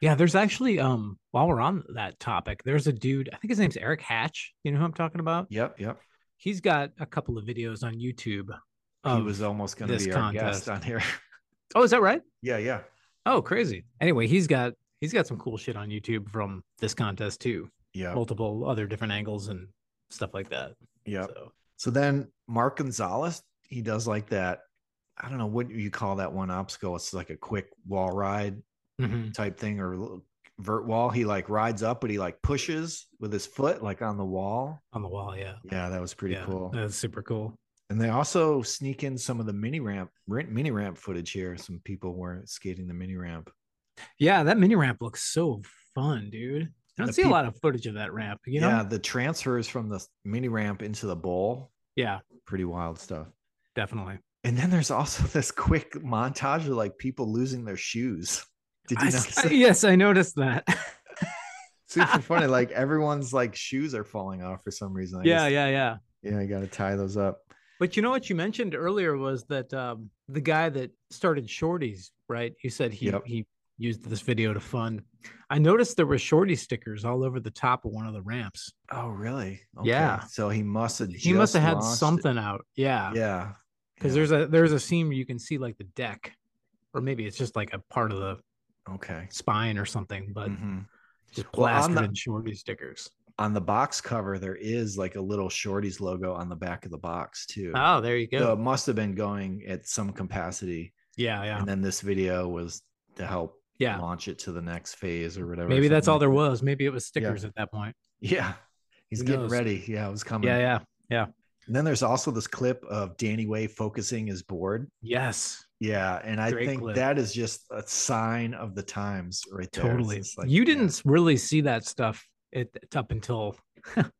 yeah. There's actually um while we're on that topic, there's a dude. I think his name's Eric Hatch. You know who I'm talking about? Yep. Yep. He's got a couple of videos on YouTube. he of- was almost gonna this be our contest. guest on here. oh, is that right? yeah, yeah. Oh, crazy. Anyway, he's got he's got some cool shit on YouTube from this contest too. Yeah. Multiple other different angles and stuff like that. yeah. So So then Mark Gonzalez, he does like that. I don't know what you call that one obstacle. It's like a quick wall ride mhm. type thing or a little vert wall. He like rides up, but he like pushes with his foot like on the wall. on the wall, yeah. Yeah, that was pretty yeah, cool. That's super cool. And they also sneak in some of the mini ramp, ri- mini ramp footage here. Some people were skating the mini ramp. Yeah, that mini ramp looks so fun, dude. I don't The see peop- a lot of footage of that ramp, you know? yeah, Yeah, the transfers from the mini ramp into the bowl, pretty wild stuff. definitely. And then there's also this quick montage of like people losing their shoes. Did you I- notice? I- that? yes, I noticed that. super funny. Like everyone's like shoes are falling off for some reason. I yeah, guess- yeah, yeah. yeah. I got to tie those up. But you know what you mentioned earlier was that um, the guy that started Shorties, right? You said he Yep. he used this video to fund. I noticed there were Shorty stickers all over the top of one of the ramps. Oh, really? Yeah. So he must have. He must have just had launched it. something out. Yeah, Yeah. because yeah. there's a there's a seam you can see like the deck, or maybe it's just like a part of the okay. spine or something. But Mhm. just Well, on plastered the- in shorty stickers. On the box cover, there is like a little shorties logo on the back of the box too. Oh, there you go. So it must have been going at some capacity, yeah, yeah, and then this video was to help yeah. launch it to the next phase or whatever. Maybe that's all there something was. Maybe it was stickers at that point. like- Yeah. He's Who getting knows? ready. Yeah, it was coming. Yeah, yeah. And then there's also this clip of Danny Way focusing his board. Yes, Yeah, and I Great think clip. that is just a sign of the times, right there. It's totally. just like, you yeah. didn't really see that stuff it, up until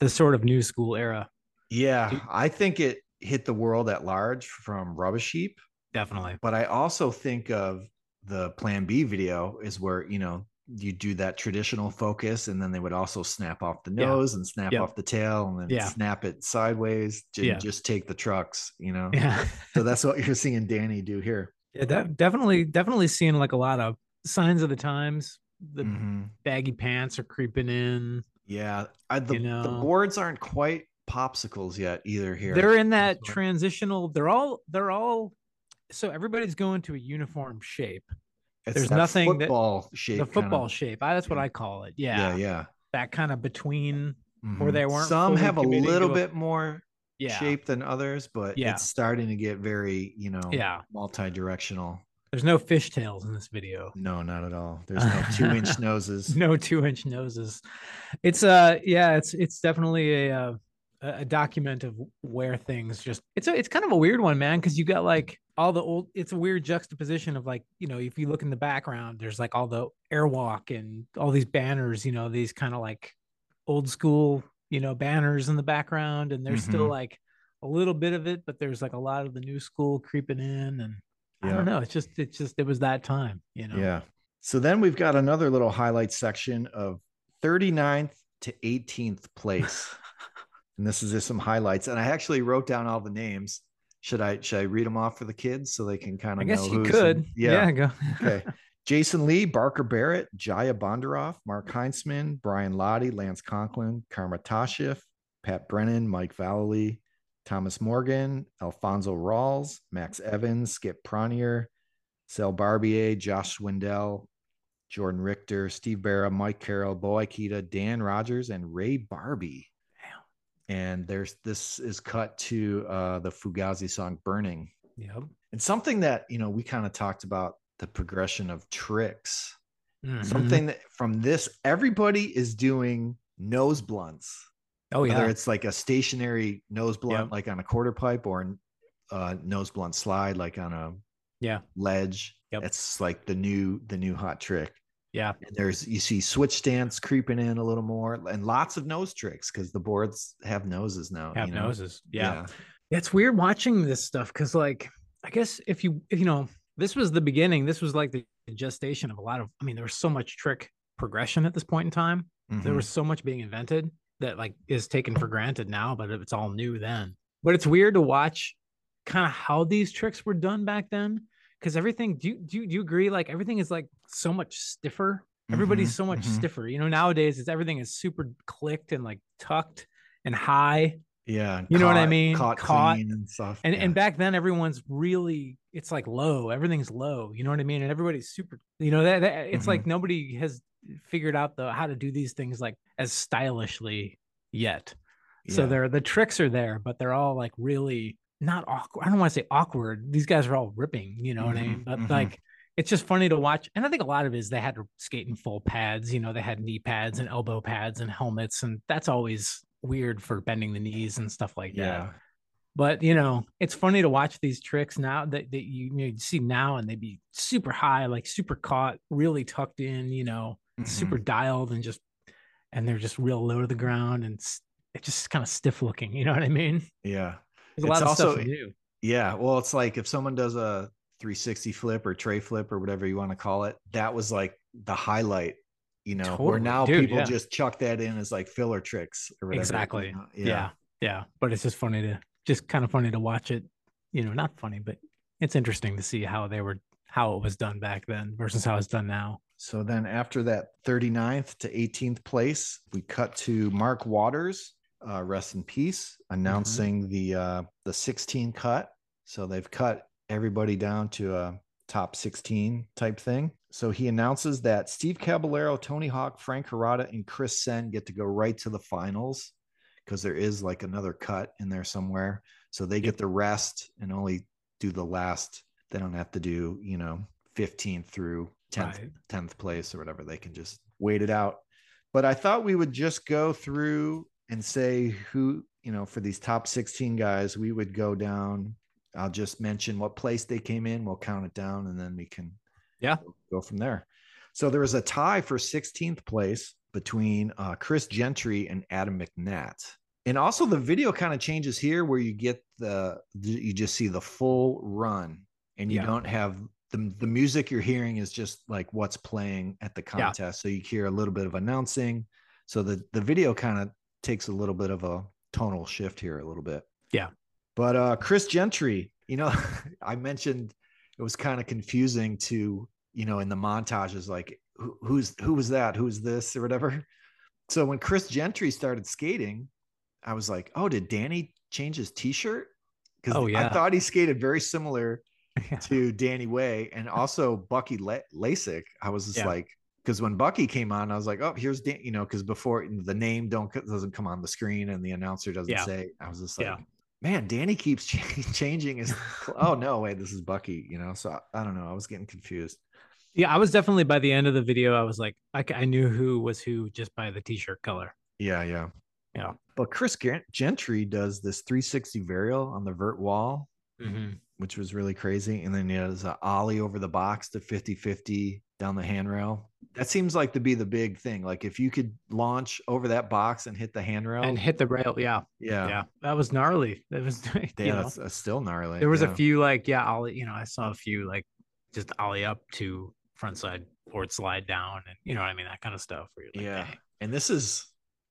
the sort of new school era. Yeah, Do- I think it hit the world at large from Rubbish Heap, Definitely. but I also think of the Plan B video is where you know you do that traditional focus, and then they would also snap off the Yeah. nose and snap Yep. off the tail, and then Yeah. snap it sideways. And Yeah. just take the trucks, you know. Yeah. so that's what you're seeing Danny do here. yeah de- definitely, definitely seeing like a lot of signs of the times. The Mhm. baggy pants are creeping in. Yeah, I, the, You the know? boards aren't quite popsicles yet either. Here, They're in that That's what- transitional. They're all. They're all. So everybody's going to a uniform shape. It's there's that nothing that- football shape. the kind of- football shape. I, that's what yeah. I call it. Yeah, yeah, yeah. that kind of between. Mhm. Or they weren't Some fully have a committing to little a- bit more Yeah, shape than others, but Yeah. it's starting to get very, you know, yeah. multi-directional. There's no fishtails in this video. No, not at all. There's no two-inch noses. No two inch noses. It's uh yeah. It's it's definitely a uh, a a document of where things just. It's a, it's kind of a weird one, man, because you got like all the old. It's a weird juxtaposition of like you know if you look in the background, there's like all the airwalk and all these banners. You know these kind of like old school you know banners in the background, and there's still Mhm. like a little bit of it, but there's like a lot of the new school creeping in, and I Yeah. don't know. It's just it's just it was that time, you know. Yeah. So then we've got another little highlight section of 39th to 18th place. and this is just some highlights. And I actually wrote down all the names. Should I should I read them off for the kids so they can kind I of guess know you who's could. in- yeah. go. Okay. Jason Lee, Barker Barrett, Jaya Bondaroff, Mark Heinzman, Brian Lottie, Lance Conklin, Karma Tashiff, Pat Brennan, Mike Vallely, Thomas Morgan, Alfonso Rawls, Max Evans, Skip Pronier, Sel Barbier, Josh Swindell, Jordan Richter, Steve Barra, Mike Carroll, Bo Ikeda, Dan Rogers, and Ray Barbie. and there's this is cut to uh, the Fugazi song "Burning," Yep. and something that you know we kind of talked about the progression of tricks. Mhm. Something that from this, everybody is doing nose blunts. Oh whether yeah. it's like a stationary nose blunt Yep. like on a quarter pipe or a uh, nose blunt slide like on a Yeah. ledge Yep. it's like the new the new hot trick Yeah. and there's you see switch stance creeping in a little more and lots of nose tricks because the boards have noses now Have you know? noses. yeah. It's weird watching this stuff because, like, I guess if you, if, you know, this was the beginning. This was like the gestation of a lot of. I mean, there was so much trick progression at this point in time. There Mhm. was so much being invented that like is taken for granted now, but it's all new then. But it's weird to watch kind of how these tricks were done back then because everything. Do you, do you, do you agree? Like everything is like so much stiffer. Everybody's Mhm, so much mhm. stiffer. You know, nowadays it's everything is super clicked and like tucked and high. yeah and you know what I caught- mean? caught, Caught. clean and stuff And yeah. and back then everyone's really it's like low. Everything's low. You know what I mean? And everybody's super you know that, that it's like nobody has figured out the how to do these things like as stylishly yet. So Yeah. they're the tricks are there, but they're all like really not awkward. I don't want to say awkward. These guys are all ripping, you know what I Mhm, mean? But mhm. like it's just funny to watch. And I think a lot of it is they had to skate in full pads, you know, they had knee pads and elbow pads and helmets, and that's always weird for bending the knees and stuff like that yeah but you know it's funny to watch these tricks now that, that you, you know, you see now and they'd be super high like super caught really tucked in you know Mhm. super dialed and just and they're just real low to the ground and s- it's just kind of stiff looking you know what i mean yeah there's It's a lot of also- stuff new Yeah. Well, it's like if someone does a 360 flip or tray flip or whatever you want to call it, that was like the highlight, you know, where Totally, now dude, people yeah. just chuck that in as like filler tricks or whatever. you Exactly. know? yeah. yeah but it's just funny to just kind of funny to watch it you know not funny but it's interesting to see how they were how it was done back then versus how it's done now So then after that 39th to 18th place, we cut to Mark Waters, uh, rest in peace, announcing the uh, the 16 cut. So they've cut everybody down to a top 16 type thing. So he announces that Steve Caballero, Tony Hawk, Frank Harada, and Chris Sen get to go right to the finals because there is like another cut in there somewhere. So they get the rest and only do the last. They don't have to do, you know, 15th through 10th Right. tenth place or whatever. They can just wait it out. But I thought we would just go through and say who, you know, for these top 16 guys, we would go down. I'll just mention what place they came in. We'll count it down and then we can Yeah. go from there. So there was a tie for 16th place between uh, Chris Gentry and Adam McNatt. And also the video kind of changes here where you get the you just see the full run and you Yeah. don't have the, the music you're hearing is just like what's playing at the Yeah. contest. So you hear a little bit of announcing. So the, the video kind of takes a little bit of a tonal shift here a little bit. Yeah. But uh Chris Gentry, you know, I mentioned it was kind of confusing to, you know, in the montages, like who, who's who was that? Who's this or whatever. So when Chris Gentry started skating, I was like, oh, did Danny change his t-shirt? Because Oh, I yeah. thought he skated very similar yeah to Danny Way and also Bucky La- Lasik. I was just Yeah. like, because when Bucky came on, I was like, oh, here's Dan, you know, because before the name don't doesn't come on the screen and the announcer doesn't Yeah. say. I was just like, Yeah. man, Danny keeps ch- changing his. cl- oh no, wait, this is Bucky. You know, so I, I don't know. I was getting confused. Yeah, I was definitely by the end of the video. I was like, I, c- I knew who was who just by the t-shirt color. Yeah, yeah, Yeah. But Chris Gen- Gentry does this 360 varial on the vert wall, Mhm. which was really crazy. And then he does a ollie over the box to 50 50 down the handrail. That seems like to be the big thing. Like if you could launch over that box and hit the handrail, And hit the rail. Yeah, yeah, Oh. yeah, that was gnarly. That was. yeah, you know, that's, that's still gnarly. there was yeah. a few like yeah, ollie. You know, I saw a few like just ollie up to front side board slide down, and you know what I mean, that kind of stuff. Where you're like, Yeah. "Dang." And this is,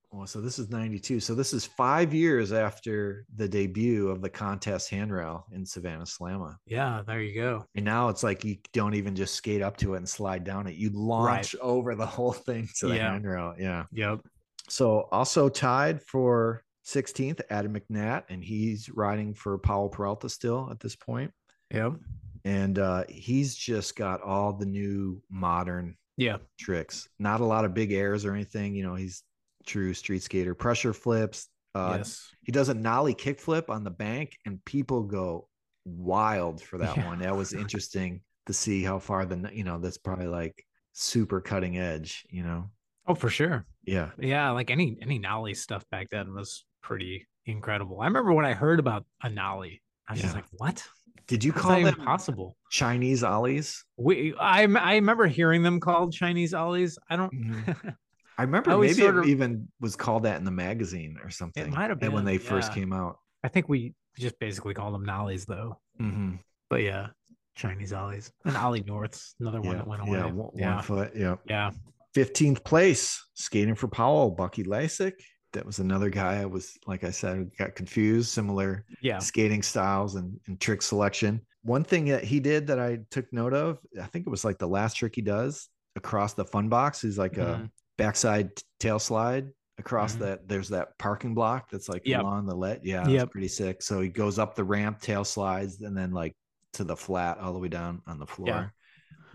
well, so this is 92. So this is five years after the debut of the contest handrail in Savannah Slamma. yeah, there you go. And now it's like you don't even just skate up to it and slide down it. You launch over the whole thing to the Yeah. handrail. Yeah. Yep. So also tied for 16th, Adam McNatt, and he's riding for Powell Peralta still at this point. Yep. And uh, he's just got all the new modern Yeah. tricks. Not a lot of big airs or anything. You know, he's true street skater. Pressure flips, Uh, yes. He does a nollie kickflip on the bank, and people go wild for that Yeah. one. That was interesting to see how far the you know that's probably like super cutting edge. You know, Oh, for sure. yeah, Yeah, like any any nollie stuff back then was pretty incredible. I remember when I heard about a nollie, I was just Yeah. like, "What? Did you It's call not even them possible." Chinese ollies? We, I I remember hearing them called Chinese ollies. I don't. I remember Mm-hmm. I always maybe it sort of- even was called that in the magazine or something. might have And when been, they first yeah. came out. I think we just basically call them nollies though. Mm-hmm. Mhm. But yeah, Chinese ollies and ollie norths, another one Yeah, that went away. yeah, one, one yeah, foot. Yeah, yeah. fifteenth place, skating for Powell, Bucky Lysick. That was another guy. I was like I said, got confused. Similar yeah. skating styles and, and trick selection. One thing that he did that I took note of, I think it was like the last trick he does across the fun box. He's like a Mhm. backside t- tail slide across Mhm. that. There's that parking block that's like Yep. along the let. Yeah, it's Yep. pretty sick. So he goes up the ramp, tail slides, and then like to the flat, all the way down on the floor.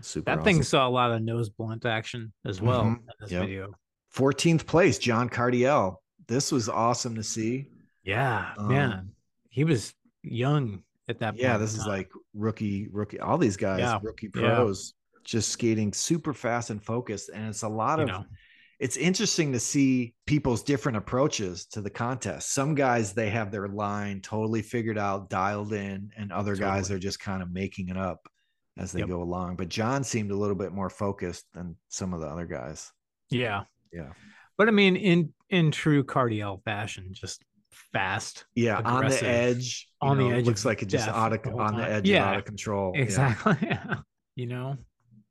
Super. That awesome. thing saw a lot of nose blunt action as well Mhm. in this Yep. video. 14th place, John Cardiel. This was awesome to see. Yeah, Um, man, he was young at that. Yeah, point in this is time. like rookie, rookie. All these guys, Yeah, rookie yeah. pros, just skating super fast and focused. And it's a lot you of. know. It's interesting to see people's different approaches to the contest. Some guys they have their line totally figured out, dialed in, and other guys Totally. are just kind of making it up as they Yep. go along. But John seemed a little bit more focused than some of the other guys. Yeah. Yeah. But I mean, in in true Cardiel fashion, just fast. Yeah, on Aggressive. the edge. you On the edge of looks like it just death out of the whole on the time. edge, yeah, Yeah, out of control. Oh, Yeah. Exactly. Yeah. You know,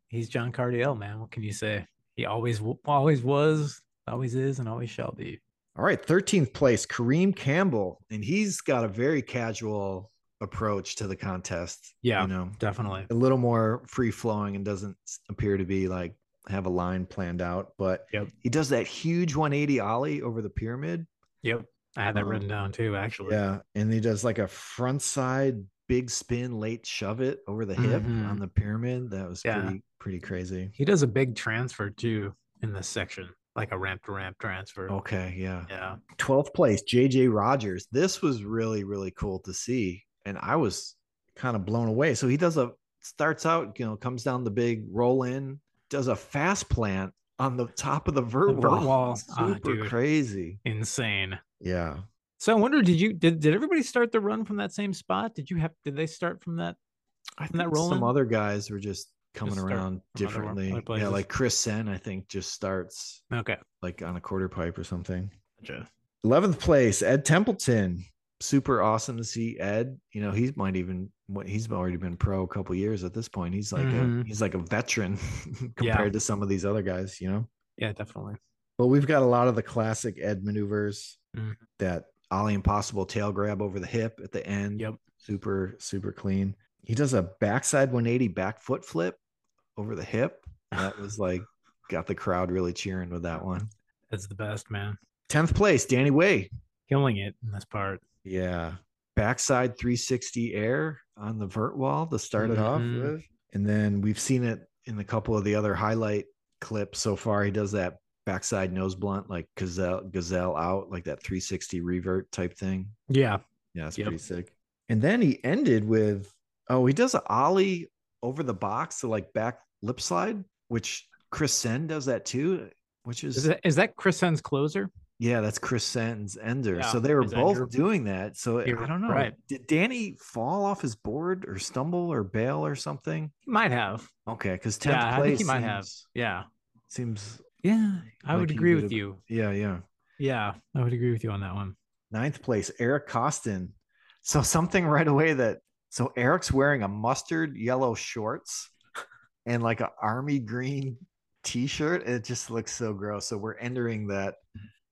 he's John Cardiel, man. What can you say? He always w- always was, always is, and always shall be. All right, 13th place, Kareem Campbell, and he's got a very casual approach to the contest. Yeah. you know, Definitely. a little more free flowing and doesn't s- appear to be like have a line planned out. But Yep. he does that huge 180 ollie over the pyramid. Yep. I had that Um, written down too, actually. Yeah, and he does like a front side big spin late shove it over the hip Mhm. on the pyramid. That was Yeah. pretty pretty crazy. He does a big transfer too in this section, like a ramp to ramp transfer. Okay, yeah. Yeah. 12th place, JJ Rogers. This was really, really cool to see. And I was kind of blown away. So he does a starts out, you know, comes down the big roll in, does a fast plant on the top of the vert, vert wall. wall. Ah, Super dude. crazy. Insane. Yeah. So I wonder, did you did, did everybody start the run from that same spot? Did you have did they start from that? I Isn't that think some roll-in? other guys were just coming start around from other- differently. other yeah, places. like Chris Sen, I think, just starts Okay. like on a quarter pipe or something. Gotcha. 11th place ed templeton super awesome to see ed you know he's might even what he's already been pro a couple years at this point he's like a, Mhm. he's like a veteran compared Yeah. to some of these other guys you know Yeah, definitely. but we've got a lot of the classic ed maneuvers Mhm. that ollie impossible tail grab over the hip at the end Yep. super super clean he does a backside 180 back foot flip over the hip that was like got the crowd really cheering with that one That's the best, man. 10th place danny way Killing it in this part. Yeah. Backside 360 air on the vert wall to start it off Mhm. with. And then we've seen it in a couple of the other highlight clips so far. He does that backside nose blunt, like gazelle, gazelle out, like that 360 revert type thing. Yeah. Yeah, it's Yep. pretty sick. And then he ended with oh, he does a ollie over the box to like back lip slide, which Chris Sen does that too, which Is that, is that Chris Sen's closer? yeah, that's Chris Santon's ender. so Yeah, they were his both ender. doing that. So You're I don't know. right. Did Danny fall off his board or stumble or bail or something? He might have. Okay, because tenth Yeah, I place think he might have. seems, Yeah. seems Yeah. I Like would he agree would with have- you. yeah yeah. Yeah. I would agree with you on that one. Ninth place, Eric Costin. So something right away that so Eric's wearing a mustard yellow shorts and like a army green t-shirt. It just looks so gross. So we're entering that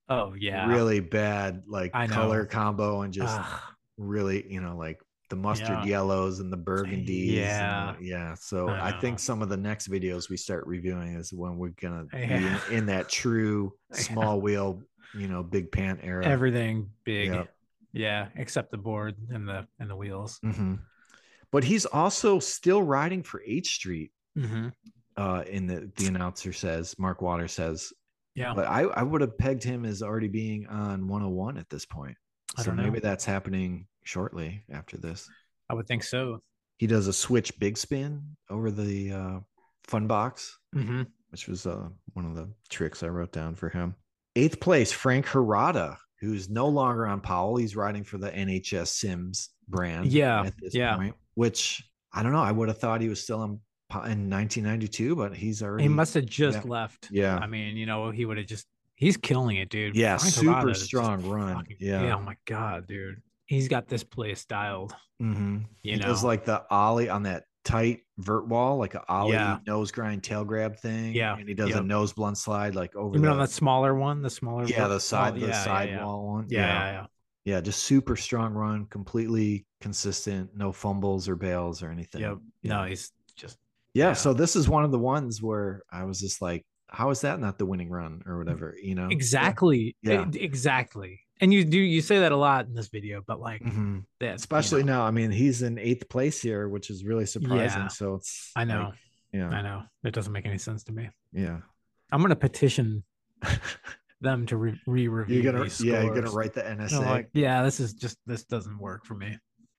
Oh, yeah. really bad like I know. color combo and just Ugh. really, you know, like the mustard Yeah. yellows and the burgundies. and Yeah. the- yeah. So I, I think know. some of the next videos we start reviewing is when we're gonna Yeah. be in, in that true Yeah. small wheel, you know, big pan era. Everything big. Yeah. Yeah. Except the board and the and the wheels. Mhm. But he's also still riding for H Street. Mm-hmm. Uh, in the the announcer says, Mark Waters says, Yeah. But I, I would have pegged him as already being on 101 at this point. I So don't know. maybe that's happening shortly after this. I would think so. He does a switch big spin over the uh, fun box, Mm-hmm. which was uh, one of the tricks I wrote down for him. Eighth place, Frank Harada, who's no longer on Powell. He's riding for the NHS Sims brand. Yeah, At this yeah. point, which I don't know. I would have thought he was still on Po- in 1992, but he's already. He must have just yeah. left. Yeah. I mean, you know, he would have just he's killing it, dude. Yeah, Frank super Arrada's just strong run. fucking- Yeah. Oh my god, dude. He's got this place dialed. Mm-hmm. You he know. does like the ollie on that tight vert wall, like a ollie Yeah. nose grind tail grab thing. Yeah, and he does a yep. nose blunt slide like over you mean the, on that smaller one, the smaller yeah one? the side Oh, the yeah, yeah, side yeah. wall one. Yeah, yeah, yeah. yeah, just super strong run, completely consistent, no fumbles or bails or anything. Yep. Yeah. No, he's just yeah, yeah. so this is one of the ones where I was just like, how is that not the winning run or whatever? You know Mm, exactly Yeah. e- exactly. And you do you say that a lot in this video, but like hmm that, you Especially know, now, I mean, he's in eighth place here, which is really surprising. Yeah. So it's I like, know, yeah, I know. It doesn't make any sense to me. yeah. I'm gonna petition them to re- re-review. You're gonna these yeah, you're gonna scores. write the NSA. I'm like, yeah, this is just this doesn't work for me.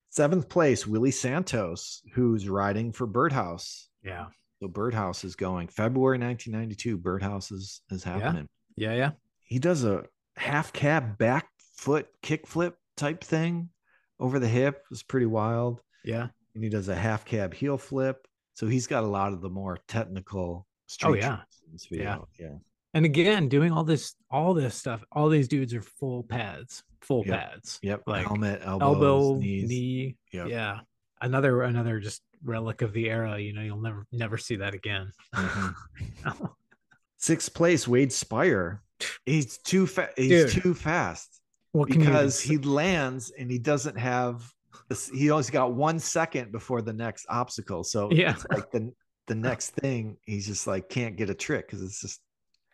Seventh place, Willie Santos, who's riding for Birdhouse. Yeah, So Birdhouse is going February 1992. Birdhouse is is happening. yeah, yeah. He does a half cab back foot kickflip type thing over the hip. It's pretty wild. Yeah. And he does a half cab heel flip. So he's got a lot of the more technical. Oh, street yeah. tricks in this video. yeah, And again, doing all this, all this stuff, all these dudes are full pads, full Yep. pads, Yep. Like, Helmet, elbows, elbow, knees. knee. Yep. Yeah. Another, another just relic of the era. You know, you'll never, never see that again. Mhm. Sixth place, Wade Spire. He's too fast. He's Dude. too fast what can you even because s- he lands and he doesn't have. He always got one second before the next obstacle. So Yeah. it's like the the next thing, he's just like can't get a trick because it's just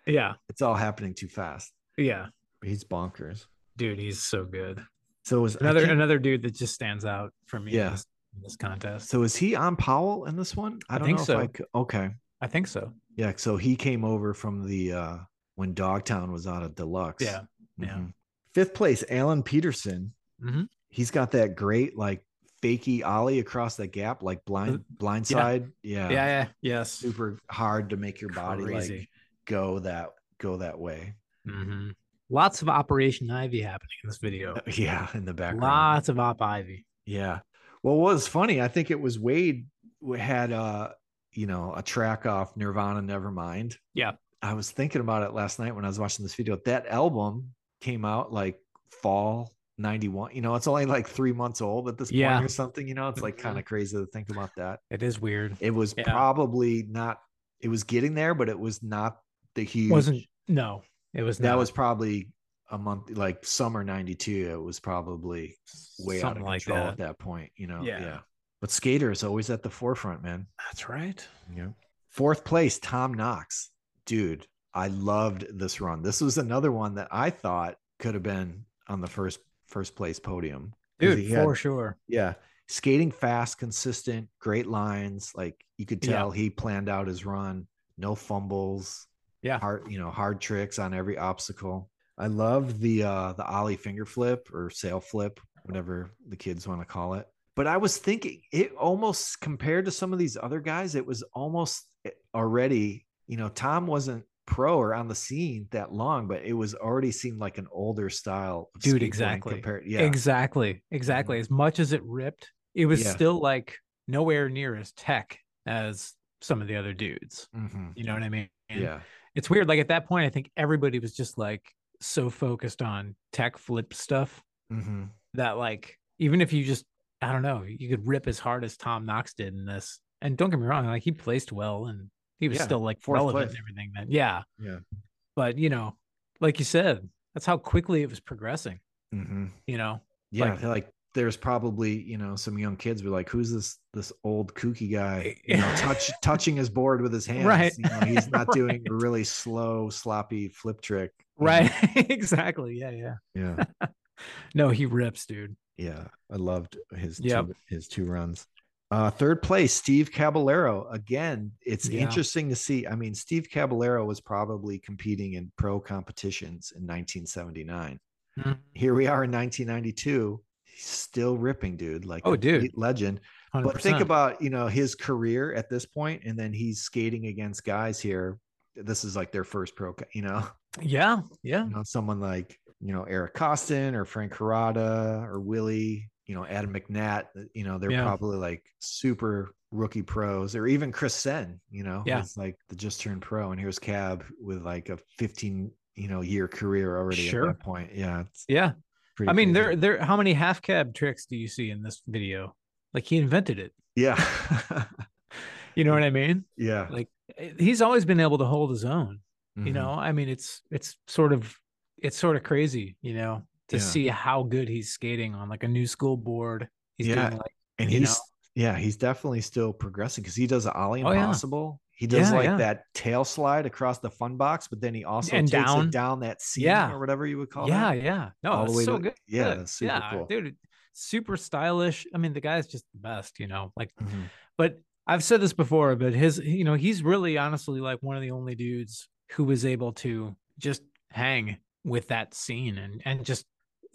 Yeah. it's all happening too fast. Yeah. He's bonkers. Dude, he's so good. So was I Another, can't- another dude that just stands out for me. in Yeah. this- In this contest, so is he on Powell in this one? I I don't think know so. if I could, okay. I think so. Yeah, so he came over from the uh when Dogtown was out of deluxe. Yeah. Yeah. Mhm. Fifth place, Alan Peterson. Mhm. He's got that great like fakey ollie across the gap, like blind blindside. Yeah. Uh, Yeah. Yeah. Yes. Super hard to make your body like Crazy. go that go that way. hmm Lots of Operation Ivy happening in this video. Yeah, in the background. Lots of Op Ivy. Yeah. Well, what was funny, I think it was Wade who had uh, you know, a track off Nirvana Nevermind. Yeah. I was thinking about it last night when I was watching this video. That album came out like fall 91. You know, it's only like three months old at this Yeah. point or something. You know, it's like Mhm. kind of crazy to think about that. It is weird. It was Yeah. probably not, it was getting there, but it was not the huge. Wasn't no. It was that not. was probably a month like summer 92. It was probably way out something of like control that. at that point, you know. Yeah. But skater is always at the forefront, man. That's right. Yeah. Fourth place, Tom Knox. Dude, I loved this run. This was another one that I thought could have been on the first first place podium. 'Cause Dude, he had- for sure. yeah. Skating fast, consistent, great lines. Like you could Yeah. tell he planned out his run. No fumbles. Yeah. Hard, you know, hard tricks on every obstacle. I love the uh the ollie finger flip or sail flip, whatever the kids want to call it. But I was thinking it almost compared to some of these other guys, it was almost eh, already, you know, Tom wasn't pro or on the scene that long, but it was already seemed like an older style of Dude, skateboarding exactly. compared, yeah. Exactly. Exactly. As much as it ripped, it was Yeah. still like nowhere near as tech as some of the other dudes. Mhm. You know what I mean? Yeah. It's weird. Like at that point, I think everybody was just like so focused on tech flip stuff Mm-hmm. that like even if you just I don't know, you could rip as hard as Tom Knox did in this. And don't get me wrong, like he placed well and he was Yeah, still like fourth relevant and place. everything then. Yeah. Yeah. But you know, like you said, that's how quickly it was progressing, Mm-hmm. you know. Yeah, Like- like, there's probably you know some young kids were like, "Who's this this old kooky guy?" You know, touch touching his board with his hands. Eh, Right. You know, he's not doing a Right. really slow, sloppy flip trick. you know? Right. exactly. Yeah, yeah. Yeah. No, he rips, dude. Yeah. I loved his Yep. two, his two runs. Uh, third place, Steve Caballero. Again, it's Yeah. interesting to see. I mean, Steve Caballero was probably competing in pro competitions in 1979. Mm-hmm. Here we are in 1992. He's still ripping, dude. Like, Oh, a dude. complete legend. 100%. But think about you know his career at this point, and then he's skating against guys here. This is like their first pro, co- you know, yeah, yeah, you know someone like you know Eric Costin or Frank Carrata or Willie, you know Adam McNatt. uh, You know they're Yeah. probably like super rookie pros, or even Chris Sen. You know, Yeah. it's like the just turned pro, and here's Cab with like a 15 you know year career already Sure. at that point. Yeah, it's yeah. pretty. I mean, crazy. there, there. How many half cab tricks do you see in this video? Like he invented it. yeah, You know what I mean? yeah, Like he's always been able to hold his own. you Mhm. know i mean it's it's sort of it's sort of crazy you know to Yeah. see how good he's skating on like a new school board he's Yeah. doing like and you he's yeah he's definitely still progressing because he does the ollie Oh, yeah. impossible he does Yeah, like yeah. that tail slide across the fun box but then he also And takes down. it down that seam Yeah. or whatever you would call yeah that yeah no all the it's way so to- good yeah, that's super cool. dude super stylish i mean the guy's just the best you know like Mhm. but i've said this before but his you know he's really honestly like one of the only dudes who was able to just hang with that scene and and just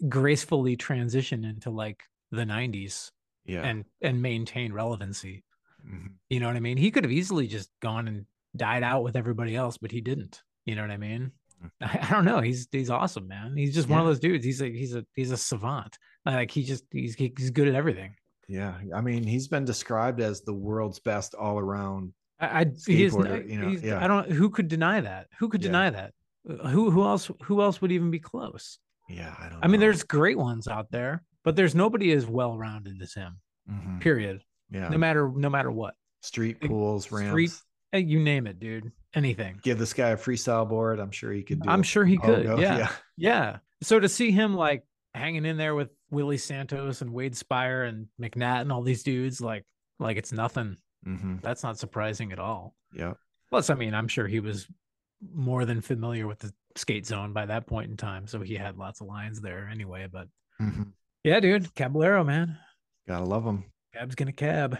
gracefully transition into like the 90s yeah and and maintain relevancy Mhm. You know what I mean? He could have easily just gone and died out with everybody else, but he didn't. You know what I mean? Mhm. I, I don't know. He's he's awesome, man. He's just one of Yeah. those dudes. He's a he's a he's a savant. Like he just he's he's good at everything. yeah i mean he's been described as the world's best all around I, I he is Skateboarder, not- you know, he's- yeah. I don't who could deny that? Who could Yeah. deny that? Uh, Who who else who else would even be close? yeah i don't I mean, know. there's great ones out there, but there's nobody as well rounded as him. Mhm. Period. yeah No matter no matter what, street big pools street- ramps Hey, you name it, dude. Anything. give this guy a freestyle board i'm sure he could do I'm it. sure he Oh, could. no, yeah. Yeah. So to see him like hanging in there with Willie Santos and Wade Spire and McNatt and all these dudes, like like it's nothing. Mhm. That's not surprising at all. yeah Plus, I mean, I'm sure he was more than familiar with the skate zone by that point in time, so he had lots of lines there anyway. But Mhm. yeah, dude, Caballero, man, gotta love him Cab's gonna cab.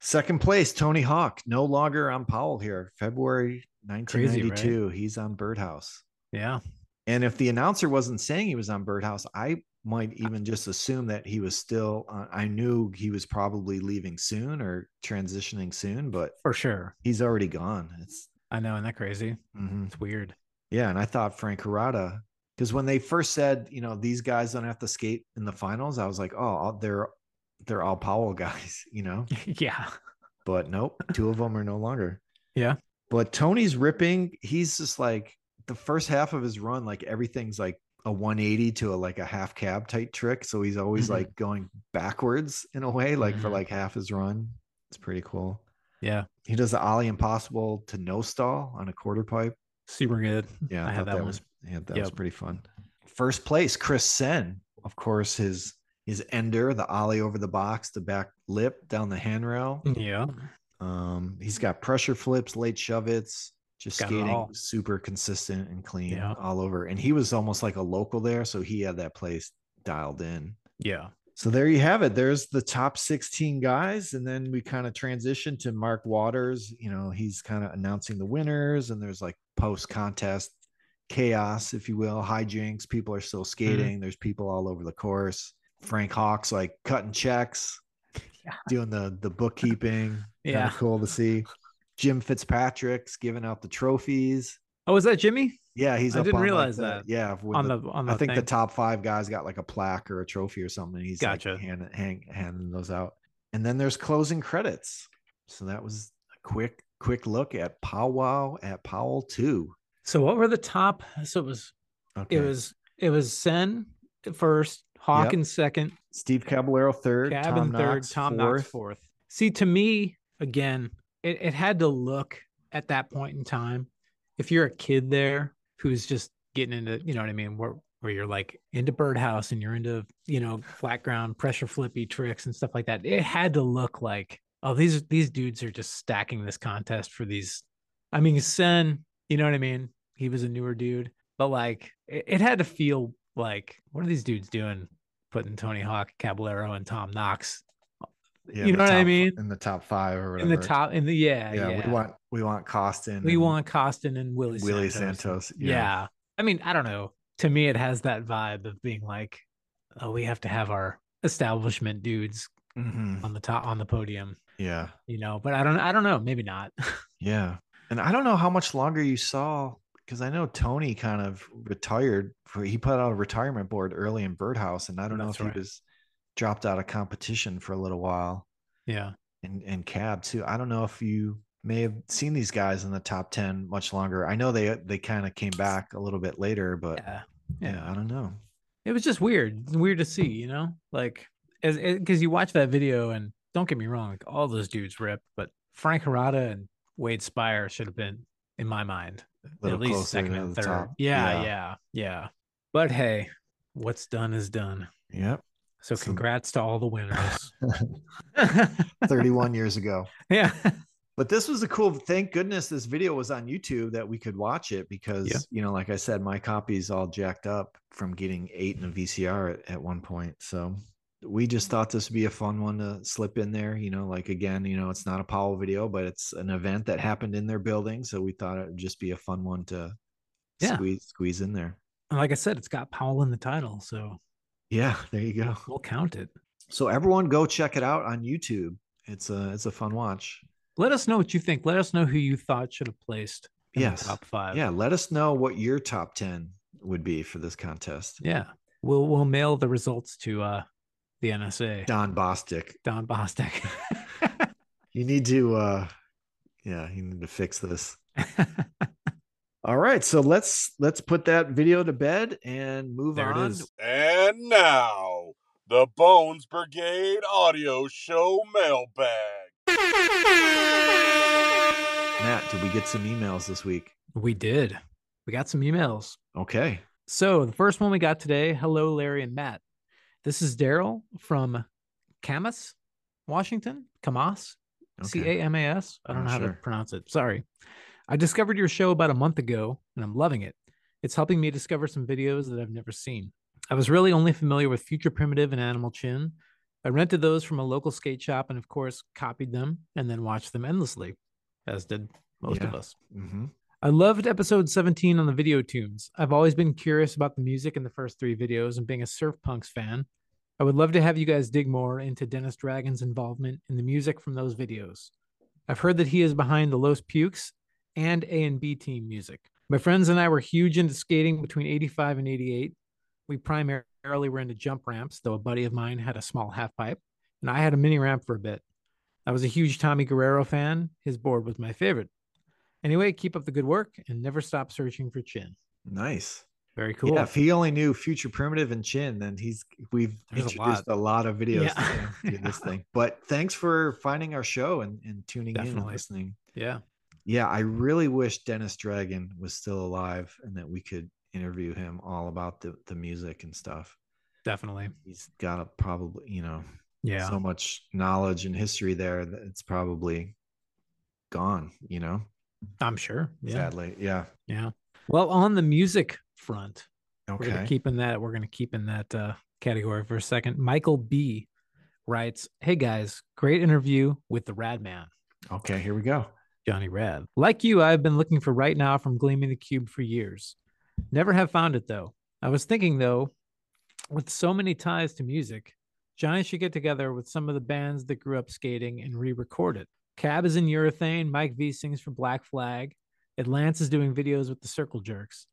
Second place, Tony Hawk, no longer on Powell here. February Crazy, right? 1992, he's on Birdhouse. Yeah, And if the announcer wasn't saying he was on Birdhouse, I might even just assume that he was still. On, I knew he was probably leaving soon or transitioning soon, but for sure. he's already gone. It's I know, isn't that crazy? mhm. It's weird. yeah. And I thought Frank Carrata, because when they first said, you know, these guys don't have to skate in the finals, I was like, oh, they're they're all Powell guys, you know. yeah. but nope, two of them are no longer. Yeah. But Tony's ripping. He's just like the first half of his run, like everything's like a 180 to a like a half cab type trick. So he's always Mhm. like going backwards in a way, like for Mhm. like half his run. It's pretty cool. Yeah. He does the Ollie impossible to no stall on a quarter pipe. Super good. Yeah, I, I had thought that that, one. was yeah, that was Yep. pretty fun. First place, Chris Sen. Of course, his his ender, the Ollie over the box, the back lip down the handrail. Yeah. Um, he's got pressure flips, late shove its, just Mm-hmm. Got it skating all. super consistent and clean Yeah. all over. And he was almost like a local there, so he had that place dialed in. Yeah. So there you have it. There's the top 16 guys, and then we kind of transition to Mark Waters. You know, he's kind of announcing the winners, and there's like post contest chaos, if you will, hijinks. People are Mm-hmm. still skating. There's people all over the course. Frank Hawk's like cutting checks, Yeah. doing the the bookkeeping. Kind Yeah. of cool to see. Jim Fitzpatrick's giving out the trophies. Oh, was that Jimmy Yeah, he's. I up didn't on, like, realize the- that. Yeah, with on the the, on the? I think thing? the top five guys got like a plaque or a trophy or something. and He's Gotcha. like hand, hang, handing those out. And then there's closing credits. So that was a quick, quick look at Powwow at Powell 2. So what were the top? So it was Okay. it was it was Sen at first, Hawk Yep. in second, Steve Caballero third, Cab Tom in third, Knox Tom fourth. Knox fourth. See, to me, again, it, it had to look at that point in time. If you're a kid there who's just getting into, you know what I mean, where where you're like into birdhouse and you're into, you know, flat ground pressure flippy tricks and stuff like that, it had to look like, oh, these these dudes are just stacking this contest for these. I mean, Sen, you know what I mean? He was a newer dude, but like it, it had to feel like, what are these dudes doing? Putting Tony Hawk, Caballero, and Tom Knox You in know the what I top- mean? In the top five or in whatever. the top in the yeah Yeah, yeah, we want we want Costin. we and want Costin and Willie Willie Santos. Santos. Yeah. I mean, I don't know. To me, it has that vibe of being like, oh, we have to have our establishment dudes Mhm. on the top on the podium, Yeah. you know. But I don't, I don't know. Maybe not. Yeah. And I don't know how much longer you saw because I know Tony kind of retired. for- He put out a retirement board early in Birdhouse, and I don't know That's if right. he was dropped out of competition for a little while yeah. and, and cab too. I don't know if you may have seen these guys in the top 10 much longer. I know they they kind of came back a little bit later, but yeah, yeah, I don't know. It was just weird. It's weird to see, you know, like as because you watch that video and don't get me wrong, like all those dudes ripped, but Frank Harada and Wade Spire should have been, in my mind, A little at least closer second to and the third. top. Yeah, yeah, yeah, But hey, what's done is done. Yep. So So- congrats to all the winners. 31 years ago. yeah. But this was a cool. Thank goodness this video was on YouTube that we could watch it because Yeah. you know, like I said, my copy's all jacked up from getting eight in a VCR at, at one point. So we just thought this would be a fun one to slip in there. You know, like again, you know, it's not a Powell video, but it's an event that happened in their building, so we thought it would just be a fun one to Yeah. squeeze squeeze in there. And Like I said, it's got Powell in the title, so Yeah, there you go. we'll count it. So everyone, go check it out on YouTube. It's a it's a fun watch. Let us know what you think. Let us know who you thought should have placed in Yes. the top five. Yeah, let us know what your top ten would be for this contest. Yeah. We'll we'll mail the results to uh the NSA. Don Bostic. Don Bostic. You need to uh yeah, you need to fix this. All right, so let's let's put that video to bed and move There it on. is. And now, the Bones Brigade Audio Show Mailbag. Matt, did we get some emails this week? we did. We got some emails. Okay. So the first one we got today, hello Larry and Matt. This is Daryl from Camas, Washington. Camas, C Okay. A M A S. I I'm don't know not how to sure. pronounce it. Sorry. I discovered your show about a month ago and I'm loving it. It's helping me discover some videos that I've never seen. I was really only familiar with Future Primitive and Animal Chin. I rented those from a local skate shop and, of course, copied them and then watched them endlessly, as did most of Yeah. us. Mm-hmm. I loved episode 17 on the video tunes. I've always been curious about the music in the first three videos and being a Surf Punks fan. I would love to have you guys dig more into Dennis Dragon's involvement in the music from those videos. I've heard that he is behind the Los Pukes and A and B team music. My friends and I were huge into skating between 85 and 88. We primarily were into jump ramps, though a buddy of mine had a small half pipe, and I had a mini ramp for a bit. I was a huge Tommy Guerrero fan. His board was my favorite. Anyway, keep up the good work and never stop searching for Chin. Nice. Very cool. Yeah, if he only knew Future Primitive and Chin, then he's we've There's a introduced a lot. of videos Yeah. to, him, to this thing. But thanks for finding our show and, and tuning in and Definitely. listening. yeah. Yeah, I really wish Dennis Dragon was still alive and that we could interview him all about the, the music and stuff. Definitely. He's got a probably, you know, Yeah. so much knowledge and history there that it's probably gone, you know, I'm sure. Yeah. sadly. Yeah. Yeah. Well, on the music front, We're Okay. gonna keep in that. We're gonna keep in that uh, category for a second. Michael B writes, "Hey guys, great interview with the Rad Man, okay. Here we go. Johnny Rad. Like you, I've been looking for right now from Gleaming the Cube for years. Never have found it though. I was thinking though, with so many ties to music, Johnny should get together with some of the bands that grew up skating and re-record it. Cab is in Urethane. Mike V sings for Black Flag. Atlance is doing videos with the Circle Jerks."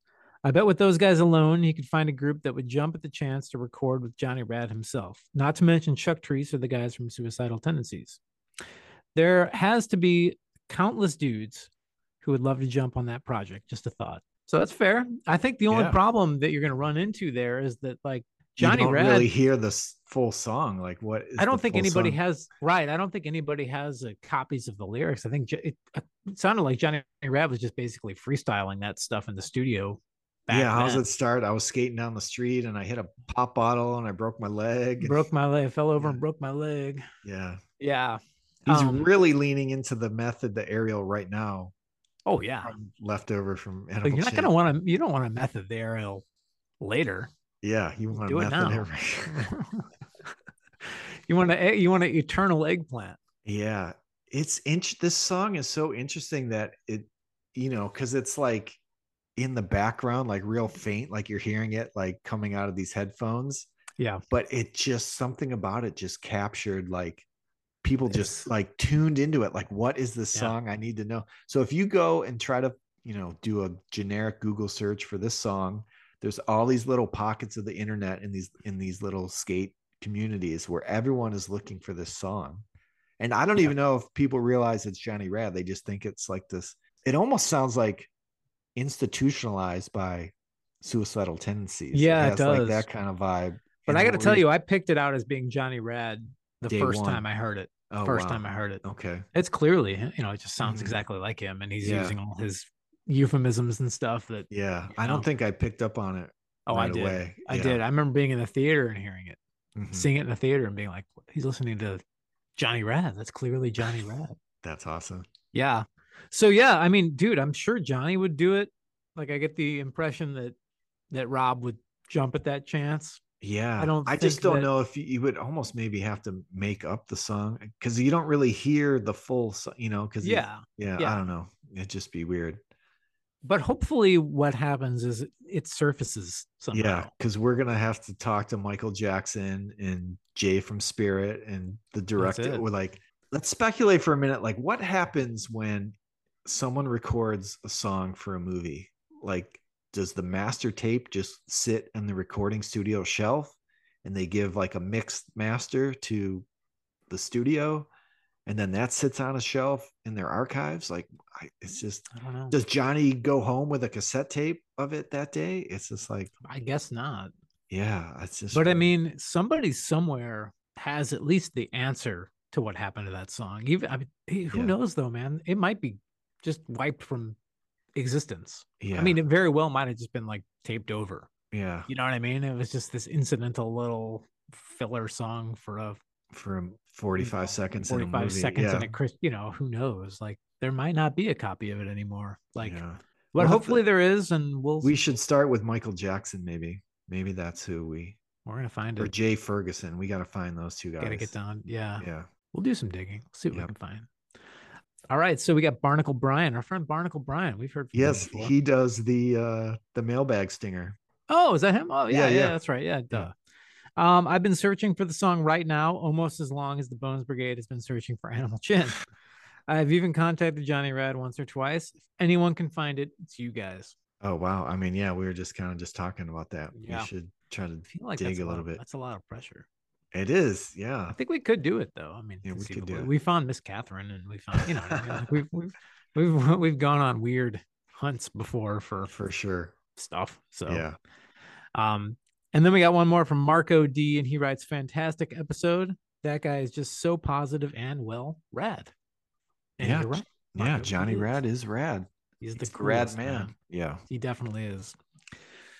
I bet with those guys alone, he could find a group that would jump at the chance to record with Johnny Rad himself, not to mention Chuck Treese or the guys from Suicidal Tendencies. There has to be countless dudes who would love to jump on that project. Just a thought. So that's fair. I think the only Yeah. problem that you're going to run into there is that, like, Johnny you don't Rad, really hear this full song. Like, what? Is I don't the think full anybody song? has, right. I don't think anybody has uh, copies of the lyrics. I think Jo- it, uh, it sounded like Johnny Rad was just basically freestyling that stuff in the studio. back yeah, how's then. it start? I was skating down the street and I hit a pop bottle and I broke my leg. broke my leg, fell over and Yeah. broke my leg. yeah, Yeah. he's Um, really leaning into the method, the aerial right now, Oh yeah. from- left over from animal. Like, you're not Chin. gonna want to. You don't want to method the aerial later. Yeah, you want to Do it method now. every- You want to you want an eternal eggplant. Yeah, it's inch. This song is so interesting that it, you know, because it's like in the background, like real faint, like you're hearing it like coming out of these headphones. Yeah. But it just something about it just captured like people just like tuned into it. Like, what is this Yeah. song I need to know? So if you go and try to, you know, do a generic Google search for this song, there's all these little pockets of the internet in these in these little skate communities where everyone is looking for this song. And I don't even know if people realize it's Johnny Rad. They just think it's like this. It almost sounds like institutionalized by suicidal tendencies. Yeah, it has, like does. that kind of vibe. But And I got the to tell re- you, I picked it out as being Johnny Rad the Day first one. time I heard it. oh, first wow. time I heard it. Okay. It's clearly, you know, it just sounds Mhm. exactly like him, and he's Yeah. using all his euphemisms and stuff that. Yeah, You I don't know? think I picked up on it. Oh, right I did. Away. I Yeah. did. I remember being in the theater and hearing it, Mhm. seeing it in the theater, and being like, "He's listening to Johnny Rad. That's clearly Johnny Rad." That's awesome. Yeah. So yeah, I mean, dude, I'm sure Johnny would do it. Like I get the impression that that Rob would jump at that chance. Yeah, don't I just think don't that- know if you, you would almost maybe have to make up the song because you don't really hear the full, so- you know. Because Yeah. yeah, yeah. I don't know. It'd just be weird. But hopefully what happens is it, it surfaces somehow. Yeah, because we're gonna have to talk to Michael Jackson and Jay from Spirit and the director. it. We're like, let's speculate for a minute. Like, what happens when someone records a song for a movie? Like, does the master tape just sit in the recording studio shelf, and they give like a mixed master to the studio, and then that sits on a shelf in their archives? Like, I, it's just. I don't know. Does Johnny go home with a cassette tape of it that day? It's just like I guess not. yeah, it's just. But I weird. mean, somebody somewhere has at least the answer to what happened to that song. Even I mean, eh, who Yeah. knows though, man? It might be just wiped from existence. yeah, I mean, it very well might have just been like taped over. yeah, You know what I mean? It was just this incidental little filler song for a for forty-five seconds in a forty-five movie, seconds yeah. in a Chris. You know, who knows? Like, there might not be a copy of it anymore. Like, yeah. but Well, hopefully there is, and we'll we should start with Michael Jackson, maybe. Maybe that's who we we're gonna find or it. Jay Ferguson. We got to find those two guys. Gotta get done. Yeah, Yeah, we'll do some digging. See what Yep. we can find. All right, so we got Barnacle Brian, our friend Barnacle Brian. We've heard. From him yes, before. he does the uh the mailbag stinger. Oh, is that him? Oh, Yeah, yeah, yeah, yeah. that's right. Yeah, duh. Um, I've been searching for the song right now, almost as long as the Bones Brigade has been searching for Animal Chin. I've even contacted Johnny Rad once or twice. If anyone can find it, it's you guys. Oh wow, I mean, yeah, we were just kind of just talking about that. Yeah. We should try to. I feel like Dig that's a lot little of- bit. That's a lot of pressure. It is, yeah. I think we could do it though. I mean, Yeah, we could do conceivably. it. we found Miss Catherine, and we found you know what I mean? Like, we've we've we've we've gone on weird hunts before for for sure. stuff. So Yeah, Um, and then we got one more from Marco D, and he writes, "Fantastic episode. That guy is just so positive and well rad." And Yeah. you're right. yeah. Marco D Johnny is- Rad is rad. He's the He's a rad coolest, man. Yeah, He definitely is.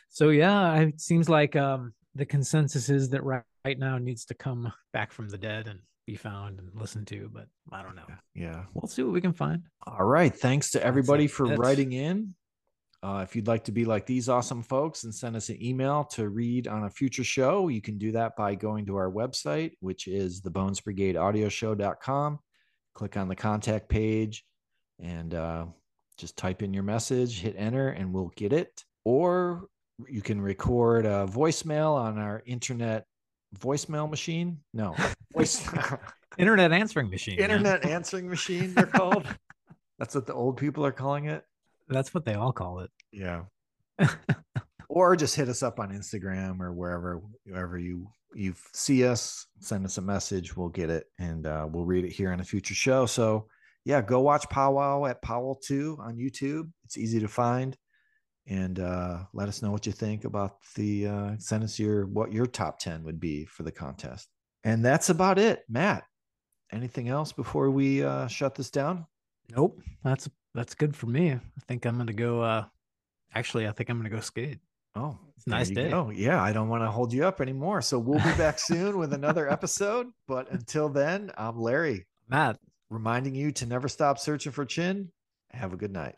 So yeah, it seems like um, the consensus is that right, right now needs to come back from the dead and be found and listened to. But I don't know. yeah. We'll see what we can find. All right. Thanks to everybody it. for That's- writing in. Uh, if you'd like to be like these awesome folks and send us an email to read on a future show, you can do that by going to our website, which is thebonesbrigadeaudioshow.com. Click on the contact page and uh, just type in your message, hit enter, and we'll get it. Or you can record a voicemail on our internet voicemail machine. No, voice. Internet answering machine. man. internet answering machine they're called that's what the old people are calling it That's what they all call it. yeah or just hit us up on instagram or wherever wherever you you see us send us a message we'll get it and uh, we'll read it here on a future show so yeah go watch powwow at powwow 2 on youtube it's easy to find and uh, let us know what you think about the uh, send us your what your top 10 would be for the contest and that's about it matt anything else before we uh, shut this down Nope. That's that's good for me. I think I'm gonna go uh actually I think I'm gonna go skate. Oh, a nice day. Oh, yeah. I don't want to hold you up anymore. So we'll be back soon with another episode. But until then, I'm Larry, Matt. reminding you to never stop searching for chin. Have a good night.